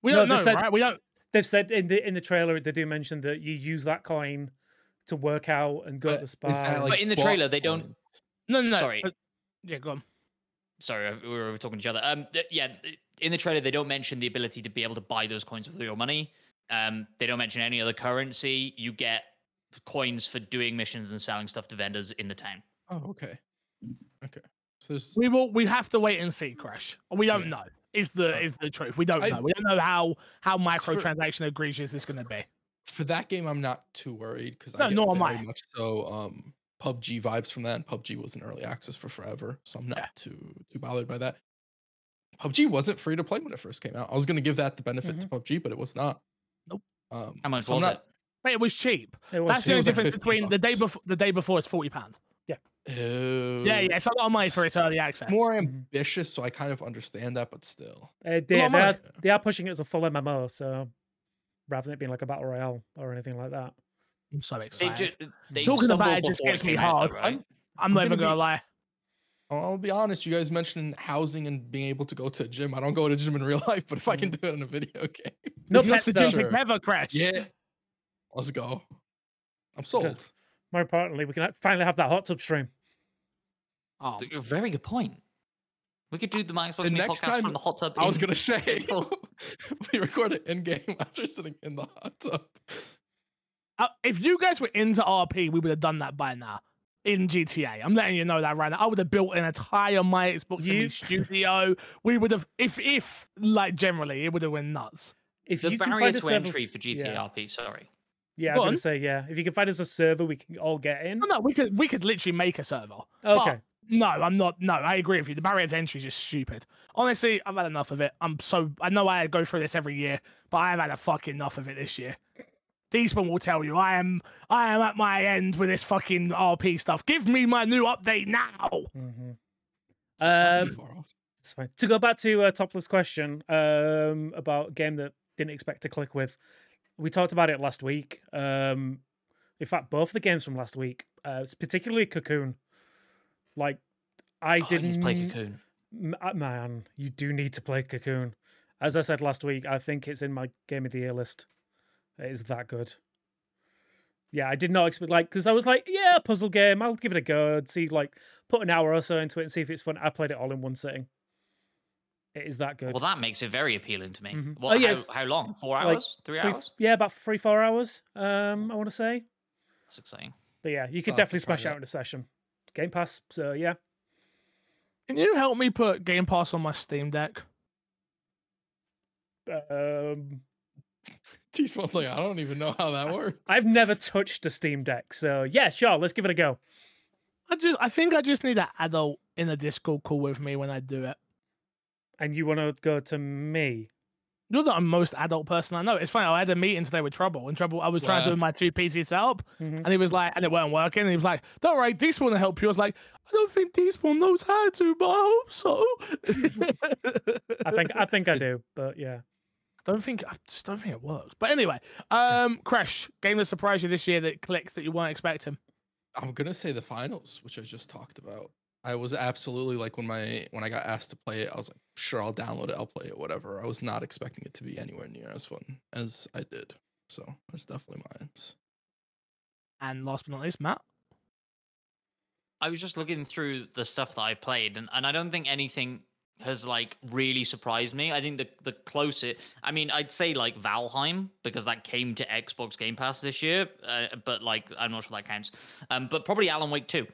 We
No,
don't
they
know,
said-
right? We don't.
They've said in the in the trailer they do mention that you use that coin to work out and go
But
to the
is
spa.
that,
and-
like,
in the
bot
trailer, they don't-
coins?
No, no, no.
Sorry.
but- yeah, go on.
Sorry, I- we were talking to each other. Um, th- yeah, th- in the trailer they don't mention the ability to be able to buy those coins with your money. Um, they don't mention any other currency. You get coins for doing missions and selling stuff to vendors in the town.
Oh, okay, okay. So there's
We will. We have to wait and see, Crash. We don't
Yeah.
know. Is the
Oh.
is the truth? We don't
I-
know. We don't know how how microtransaction egregious is going to be.
for that game, I'm not too worried because
No,
I get
nor am
very
I.
much so um PUBG vibes from that. And PUBG was in early access for forever, so I'm not
Yeah.
too too bothered by that. PUBG wasn't free to play when it first came out. I was gonna give that the benefit to PUBG, but it was not.
Mm-hmm. Nope.
Um,
How much
so I'm
was
not-
But it was cheap.
It was
That's the
it
only
was like
difference
50
between the day
bucks.
before. The day before is forty pounds.
Ew.
Yeah, yeah, Mm-hmm. it's a lot of money for its early access.
More
Mhm.
ambitious, so I kind of understand that, but still.
Uh, they,
am
they,
I?
are, they are pushing it as a full MMO, so rather than it being like a battle royale or anything like that.
I'm so
They've
excited.
ju- they've
Talking about
stumbled
it just
before
gets me
came out though,
hard.
right?
I'm- I'm not
I'm
even
gonna
gonna
be-
lie.
I'll I'll be honest, you guys mentioned housing and being able to go to a gym. I don't go to a gym in real life, but if I can
Mm-hmm.
do it in a video game,
No
you have
pets
to
though.
do
Sure.
together, Crash.
yeah, let's go. I'm sold.
More importantly, we can ha- finally have that hot tub stream.
Oh,
Th- Very good point. We could do the Max
The
Box Me
next
podcast
time-
from the hot tub.
I was
in-
gonna say
Oh.
we recorded in game as we're sitting in the hot tub.
Uh, if you guys were into RP, we would have done that by now in GTA. I'm letting you know that right now. I would have built an entire my Xbox
You-
Series studio. We would have, if if like generally, it would have went nuts.
If
The
you can
barrier
find a
to
server,
entry for GTRP. Sorry.
yeah, I'm
Go
gonna
on.
say yeah. If you can find us a server, we can all get in.
No, no, we could we could literally make a server. but-
Okay,
No, I'm not. No, I agree with you. The barrier to entry is just stupid. Honestly, I've had enough of it. I'm so. I know I go through this every year, but I've had a fucking enough of it this year. Deesman will tell you I am I am at my end with this fucking RP stuff. Give me my new update now.
hmm
So not too
Um,
far off.
it's fine. To go back to uh, Topless' question um, about game that didn't expect to click with, we talked about it last week. Um, in fact, both the games from last week, uh, it's particularly Cocoon. Like, I
God, need
didn't
to play Oh, Cocoon.
M- uh, Man, you do need to play Cocoon. As I said last week, I think it's in my game of the year list. It is that good. Yeah, I did not expect like because I was like, yeah, puzzle game. I'll give it a go and see like put an hour or so into it and see if it's fun. I played it all in one sitting. It is that good.
Well, that makes it very appealing to me.
Mhm.
What,
Oh, yes.
how, how long? Four
Like,
hours? Three,
Three-
hours?
Yeah, about three four hours. Um, I want to say,
That's exciting.
but yeah, you
It's
could
not
definitely
too far
smash it out
yet.
in a session. Game Pass. So yeah,
Can you help me put Game Pass on my Steam Deck?
um,
T-Spawn's like, I don't even know how that works.
I've never touched a Steam Deck. So yeah, sure, let's give it a go.
I just I think I just need an adult in a Discord call with me when I do it.
And you want to go to me?
You're the most adult person I know. It's funny. I had a meeting today with Trouble, and Trouble, I was trying to do
Wow.
my two PC setup,
Mhm.
and he was like, and it weren't working. And he was like, "Don't worry, this will help you." I was like, "I don't think this one knows how to, but I hope so."
I think I think I do, but yeah.
don't think I just don't think it works. But anyway, um, Crash game that surprised you this year that clicks that you weren't expecting.
I'm gonna say the finals, which I just talked about. I was absolutely like when my when I got asked to play it, I was like, sure, I'll download it, I'll play it, whatever. I was not expecting it to be anywhere near as fun as I did. So that's definitely mine.
And last but not least, Matt.
I was just looking through the stuff that I played, and, and I don't think anything has like really surprised me. I think the the closest, I mean, I'd say like Valheim because that came to Xbox Game Pass this year, uh, but like I'm not sure that counts. Um, but probably Alan Wake too.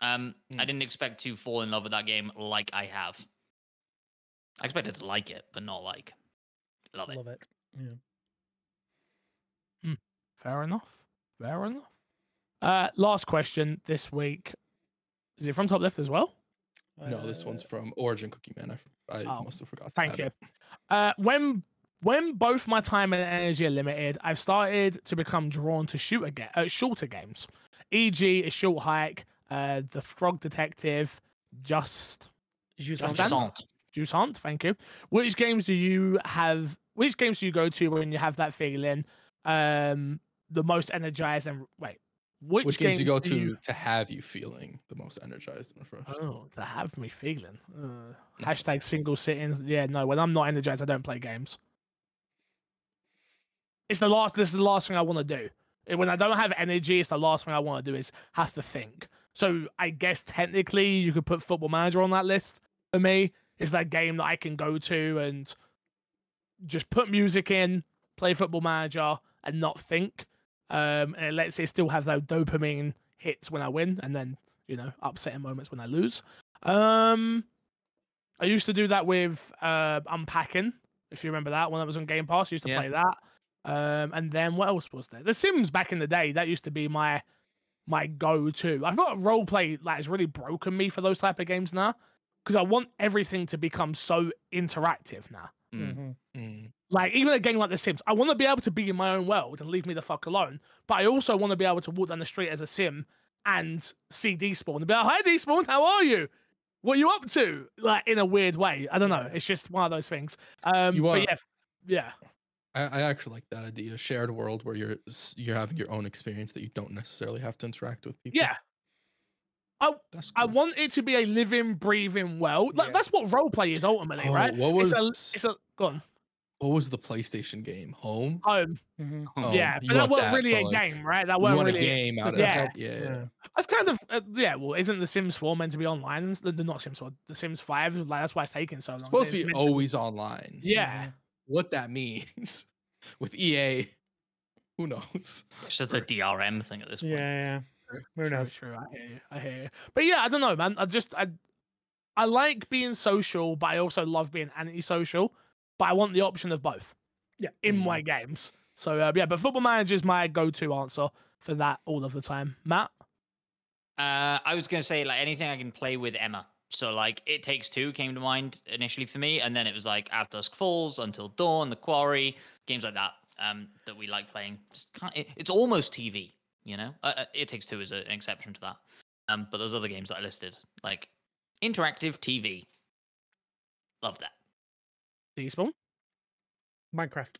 Um, I
Mm.
didn't expect to fall in love with that game like I have. I expected to like it, but not like love it.
Love it.
Fair enough. Fair enough. Uh, last question this week. Is it from top left as well?
No, this one's
Uh,
from Origin Cookie Man. I, f- I
Oh,
must have forgot. to
Thank
add
you.
it.
Uh, when when both my time and energy are limited, I've started to become drawn to shooter ga- uh, shorter games, e.g., a short hike, uh, the Frog Detective, just
Just
Just
Dance.
Dance. Juice Hunt. Thank you. Which games do you have? Which games do you go to when you have that feeling? Um, the most energized and wait, which,
Which,
games
games do you go to
do you-
to have you feeling the most energized and refreshed?
Oh, to have me feeling. Uh, hashtag single sittings. Yeah, no. When I'm not energized, I don't play games. It's the last. This is the last thing I want to do. Eh, When I don't have energy, it's the last thing I want to do is have to think. So I guess technically you could put Football Manager on that list for me. It's that game that I can go to and just put music in, play Football Manager, and not think. Um, and it lets it still have those dopamine hits when I win, and then you know, upsetting moments when I lose. Um, I used to do that with uh, unpacking, if you remember that when that was on Game Pass. I used to
Yeah.
play that. Um, and then what else was there? The Sims back in the day that used to be my my go-to. I thought role play like has really broken me for those type of games now because I want everything to become so interactive now.
Mm.
Mhm.
Mm.
Like even a game like The Sims, I want to be able to be in my own world and leave me the fuck alone. But I also want to be able to walk down the street as a sim and see Despawn and be like, "Hi, Despawn, how are you? What are you up to?" Like in a weird way. I don't know.
Yeah.
It's just one of those things. Um,
You
but
wanna-
yeah, f- yeah,
I, I actually like that idea. Shared world where you're s- you're having your own experience that you don't necessarily have to interact with people.
yeah.
that's
I
cool.
want it to be a living, breathing world. Like
Yeah.
that's what roleplay is ultimately,
Oh,
right?
What was
It's a, it's a go on.
what was the PlayStation game? Home.
Home.
Mhm.
Home.
yeah,
Oh, You
but that
want
wasn't really
but,
a
like,
game, right? That
You
wasn't
want a
really.
game out of
yeah.
that? Yeah. yeah.
That's kind of uh, yeah. Well, isn't the Sims 4 meant to be online? and s- the- Not Sims 4, the Sims 5. Like that's why it's taking so long.
It's
so
supposed to
it's
be
meant
always online.
Yeah.
What that means with EA, who knows?
It's just a DRM thing at this
Yeah,
point.
yeah.
True,
Who
true,
knows?
True. I hear you. I hear you. But yeah, I don't know, man. I just I I like being social, but I also love being antisocial. But I want the option of both
Yeah.
in my games. So uh, yeah, but Football Manager is my go-to answer for that all of the time. Matt,
Uh, I was gonna say like anything I can play with Emma. So like it takes two came to mind initially for me, and then it was like As Dusk Falls, Until Dawn, The Quarry, games like that um, that we like playing. Just can't, it, it's almost TV, you know. Uh, uh, it takes two is a- an exception to that. Um, but those other games that I listed, like interactive TV, love that.
Despawn.
Minecraft.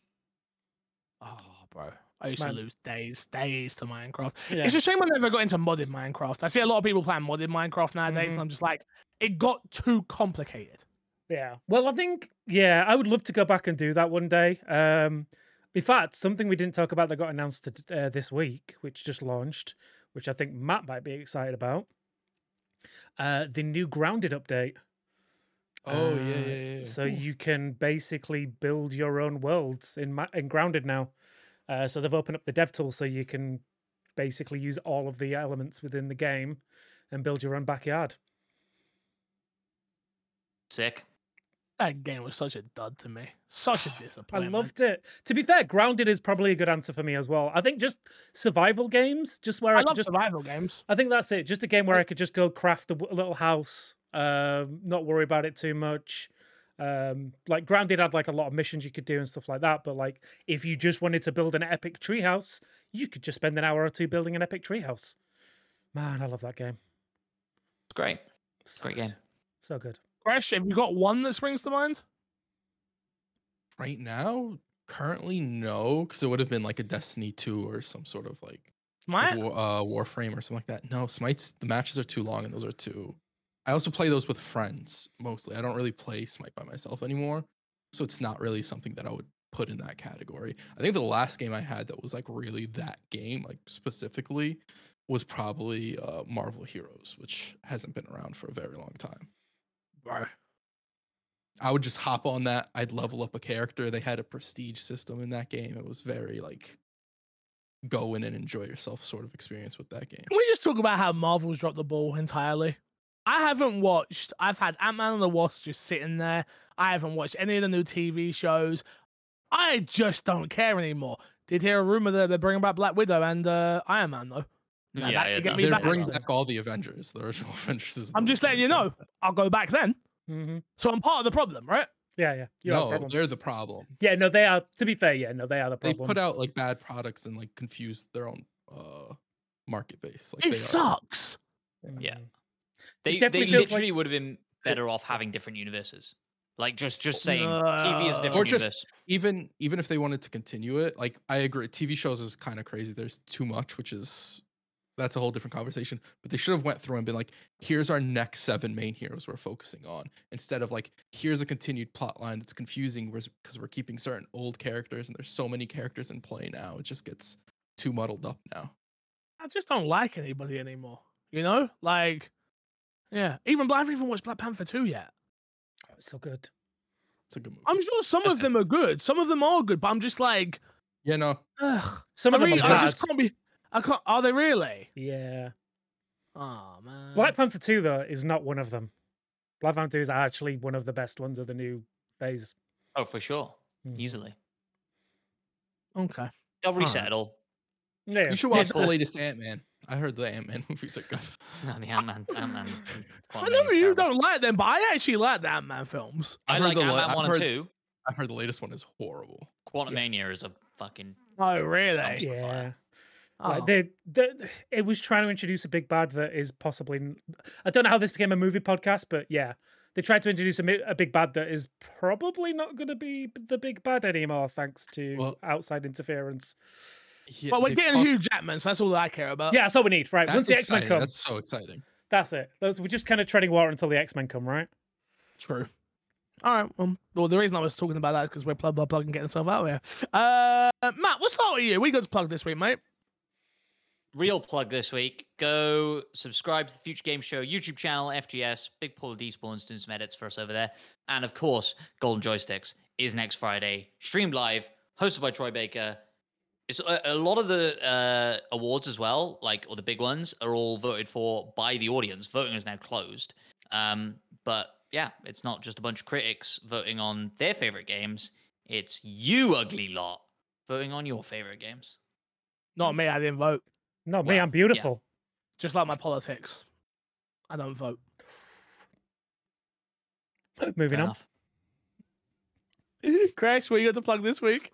Oh, bro, I used
Man.
to lose days, days to Minecraft.
Yeah.
It's a shame I never got into modded Minecraft. I see a lot of people playing modded Minecraft nowadays,
Mhm.
and I'm just like, it got too complicated.
Yeah. Well, I think yeah, I would love to go back and do that one day. Um, in fact, something we didn't talk about that got announced t- uh, this week, which just launched, which I think Matt might be excited about. Uh, the new Grounded update.
Oh yeah,
Uh,
yeah, yeah. yeah.
So you can basically build your own worlds in Ma- in Grounded now. Uh, so they've opened up the dev tool so you can basically use all of the elements within the game and build your own backyard.
Sick.
That game was such a dud to me. Such a
I
disappointment.
loved it. To be fair, Grounded is probably a good answer for me as well. I think just survival games, just where I,
I
could
love
just,
survival games.
I think that's it. Just a game where I could just go craft a w- little house, um, not worry about it too much. Um, like Grounded had like a lot of missions you could do and stuff like that. But like if you just wanted to build an epic treehouse, you could just spend an hour or two building an epic treehouse. Man, I love that game.
It's great.
So
Great
good.
game.
So good.
Crash, have you got one that springs to mind?
right now, currently no, because it would have been like a Destiny two or some sort of like
My,
of War, uh, Warframe or something like that. No, Smite's the matches are too long, and those are too. I also play those with friends mostly. I don't really play Smite by myself anymore, so it's not really something that I would put in that category. I think the last game I had that was like really that game, like specifically, was probably uh, Marvel Heroes, which hasn't been around for a very long time.
bro,
I would just hop on that. I'd level up a character. They had a prestige system in that game. It was very like go in and enjoy yourself sort of experience with that game.
can we just talk about how Marvel's dropped the ball entirely? I haven't watched. I've had Ant Man and the Wasp just sitting there. I haven't watched any of the new TV shows. I just don't care anymore. Did hear a rumor that they're bringing back Black Widow and uh, Iron Man though. Nah,
Yeah,
that
yeah,
could get
that-
me
They're
back.
bringing
Bring...
back all the Avengers. The original Avengers. Is
I'm
the
just letting you
reason.
know. I'll go back then.
hmm
So I'm part of the problem, right?
Yeah, yeah. You have a
No,
problem.
they're the problem.
Yeah, no, they are. To be fair, yeah, no, they are the
They've
problem.
put out like bad products and like confused their own uh market base. Like
It
they Are,
sucks.
Yeah.
Mm.
They they
definitely feels like-
literally would have been better off having different universes. Like just just saying TV is a
No.
different
Or just-
universe.
even even if they wanted to continue it, like I agree, TV shows is kind of crazy. There's too much, which is that's a whole different conversation. But they should have went through and been like, here's our next seven main heroes we're focusing on, instead of like here's a continued plot line that's confusing because we're keeping certain old characters and there's so many characters in play now. It just gets too muddled up now.
I just don't like anybody anymore. You know, like, yeah. Even I haven't even watched Black Panther two yet.
Oh, it's so good.
It's a good movie.
I'm sure some
That's
of
good.
them are good. Some of them are good, but I'm just like,
yeah, no,
ugh.
Some
I,
of them
really-
are
I
bad.
just can't be. I can't. Are they really?
Yeah.
Oh man.
Black Panther 2, though, is not one of them. Black Panther 2 is actually one of the best ones of the new phase.
Oh, for sure,
Mm.
easily.
Okay.
They'll
right.
reset it all.
Yeah.
you should watch the latest Ant Man. I heard the Ant Man movies are good.
No, the Ant Man. Ant Man.
I know you don't like them, but I actually like the Ant Man films.
I
I've heard
like
the
Ant
la-
Man
I've
one and
heard-
two.
I heard the latest one is horrible.
Quantum Mania is a fucking.
Oh really?
Yeah.
yeah.
Oh.
Like they, they, it was trying to introduce a big bad that is possibly. n- I don't know how this became a movie podcast, but yeah. They tried to introduce a, mi- a big bad that is probably not going to be b- the big bad anymore, thanks to
Well-
outside interference.
Yeah,
but we're
they've
getting
talked-
Hugh Jackman, so that's all I care about.
Yeah, that's all we need, right?
uh, That's
Once the X Men
exciting,
come,
That's so exciting.
that's it. Those, we're just kind of treading water until the X Men come, right?
true. All right. Well, well, the reason I was talking about that is because we're plug, plug, plug, and getting stuff out here. Uh, Matt, we'll start with you. We got to plug this week, mate.
real plug this week. Go subscribe to the Future Game Show YouTube channel, FGS. Big Paul of Despawns doing some edits for us over there. And of course, Golden Joysticks is next Friday, streamed live, hosted by Troy Baker. It's a, a lot of the uh, awards as well, like or the big ones, are all voted for by the audience. Voting is now closed. Um, but yeah, it's not just a bunch of critics voting on their favorite games. It's you ugly lot voting on your favorite games.
Not me. I didn't vote.
No, me,
Well,
I'm
yeah.
beautiful.
Just like my politics, I don't vote.
Moving
Fair
on.
enough.
Crash, what you got to plug this week?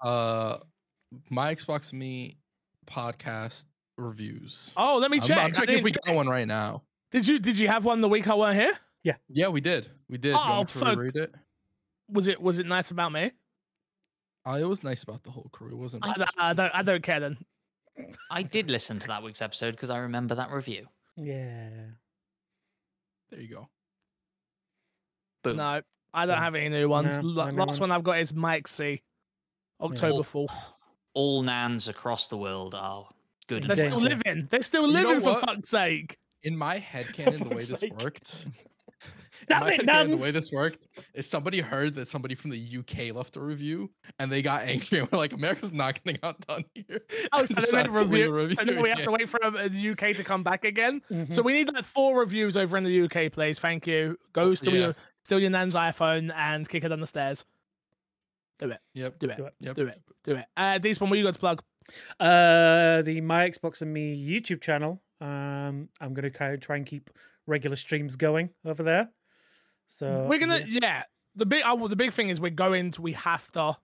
Uh, my Xbox Me podcast reviews.
Oh, let me
I'm-
check.
I'm,
I
checking if
didn't
we
check.
got one right now.
Did you did you have one the week I weren't here?
Yeah, we did. We did. You want
Oh,
me to
fuck.
reread it?
Was it was it nice about me?
Uh, it was nice about the whole crew. It wasn't.
I
bad.
don't, I don't, I don't care then.
I did listen to that week's episode because I remember that review.
Yeah.
There you go.
Boom.
No, I don't
Yeah.
have any new ones.
No,
La-
no new
Last one
ones.
I've got is Mike C. October
Oh.
Well,
fourth.
All nans across the world are good.
They're
and
still
bad.
Danger.
living. They're still
You know
living for
what?
fuck's sake.
In my head canon, the way
fuck's
this
sake.
worked. in
Damn
my
it,
head canon, The way
Nans.
this worked is somebody heard that somebody from the UK left a review and they got angry and were like, "America's not getting outdone here."
Oh,
and
so they made a
decided to leave
review.
the
So now we have
again. Hmm.
to wait for uh, the UK to come back again.
Mm-hmm.
So we need like four reviews over in the UK, please. Thank you. Go steal
Oh, yeah.
your steal your nan's iPhone and kick it down the stairs.
Yep.
Do it.
Do it.
Yep.
Do it. Do it. Uh, Despawn, what you got to plug?
Uh, the My Xbox and Me YouTube channel. Um, I'm gonna kind of try and keep regular streams going over there. So
we're gonna
yeah.
yeah. The big uh, well, the big thing is we're going to we have to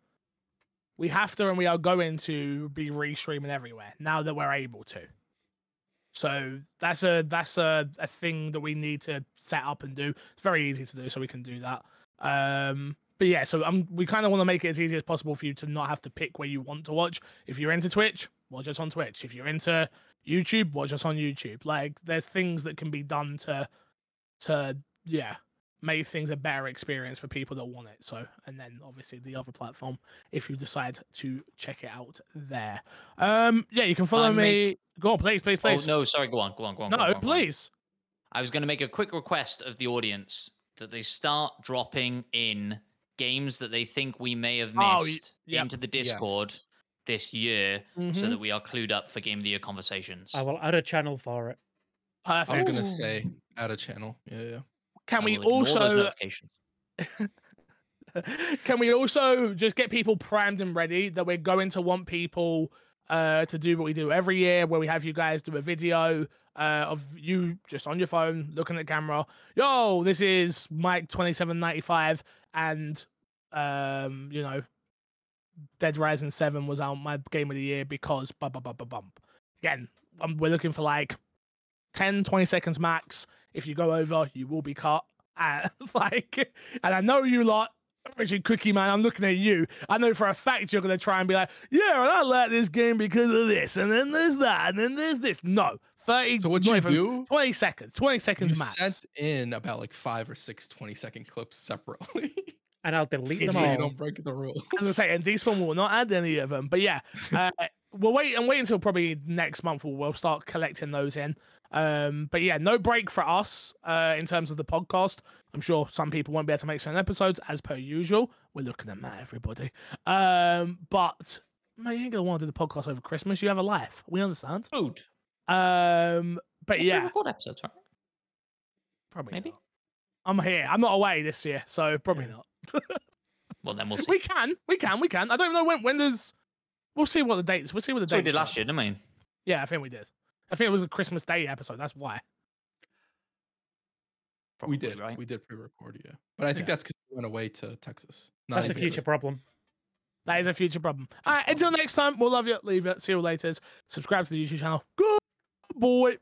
we have to and we are going to be restreaming everywhere now that we're able to. So that's a that's a, a thing that we need to set up and do. It's very easy to do, so we can do that. Um but yeah, so um, we kind of want to make it as easy as possible for you to not have to pick where you want to watch. If you're into Twitch, watch us on Twitch. If you're into YouTube, watch us on YouTube. Like there's things that can be done to to yeah, make things a better experience for people that want it. So, and then obviously the other platform if you decide to check it out there. Um, yeah, you can follow
I
me.
make-
Go, on, please, please,
Oh
please.
no, sorry. Go on. Go on. Go on. go
no,
on, go on, go on.
please.
I was going to make a quick request of the audience that they start dropping in games that they think we may have
Oh, y-
missed
yep.
into the Discord
Yes.
this year, so
Mhm.
that we are clued up for Game of the Year conversations.
I will add a channel for it.
I was
Perfect.
gonna say out of channel. Yeah, yeah.
Can
I
we
will ignore those
also
notifications.
can we also just get people primed and ready that we're going to want people uh to do what we do every year where we have you guys do a video uh of you just on your phone looking at camera yo this is mike 2795 and um you know dead rising 7 was out my game of the year because bum, bum, bum, bum, bump again um, we're looking for like 10 20 seconds max if you go over you will be cut uh, like and i know you lot Richard Cookie Man, I'm looking at you. I know for a fact you're gonna try and be like, yeah, and I like this game because of this, and then there's that, and then there's this. No, thirty.
So what
not
you
even-
do?
Twenty seconds. Twenty
You
seconds max.
sent in about like five or six 20 second clips separately,
And I'll delete them
It's-
so you
all.
don't break the rules.
As I say, and this one will not add any of them. But yeah, uh, we'll wait and wait until probably next month. We'll, we'll start collecting those in. Um, but yeah, no break for us uh, in terms of the podcast. I'm sure some people won't be able to make certain episodes as per usual. We're looking at that, everybody. Um, but man, you ain't gonna want to do the podcast over Christmas. You have a life. We understand.
Food.
Um, but
We
yeah,
record episodes, right?
probably
maybe?
not. I'm here. I'm not away this year, so probably
Yeah.
not.
Well, then we'll see.
We can, we can, we can. I don't know when. When does? We'll see what the dates. We'll see what the
That's what we
dates.
did
are.
last year, didn't we?
Yeah, I think we did. I think it was a Christmas Day episode. That's why.
we
Probably,
did,
right?
we did pre-record, yeah. But I think
Yeah.
that's because we went away to Texas. not
That's a
in
future
Vegas.
problem.
That is a future problem. All right, until next time, we'll love you. Leave it. See you later. Subscribe to the YouTube channel. Good boy.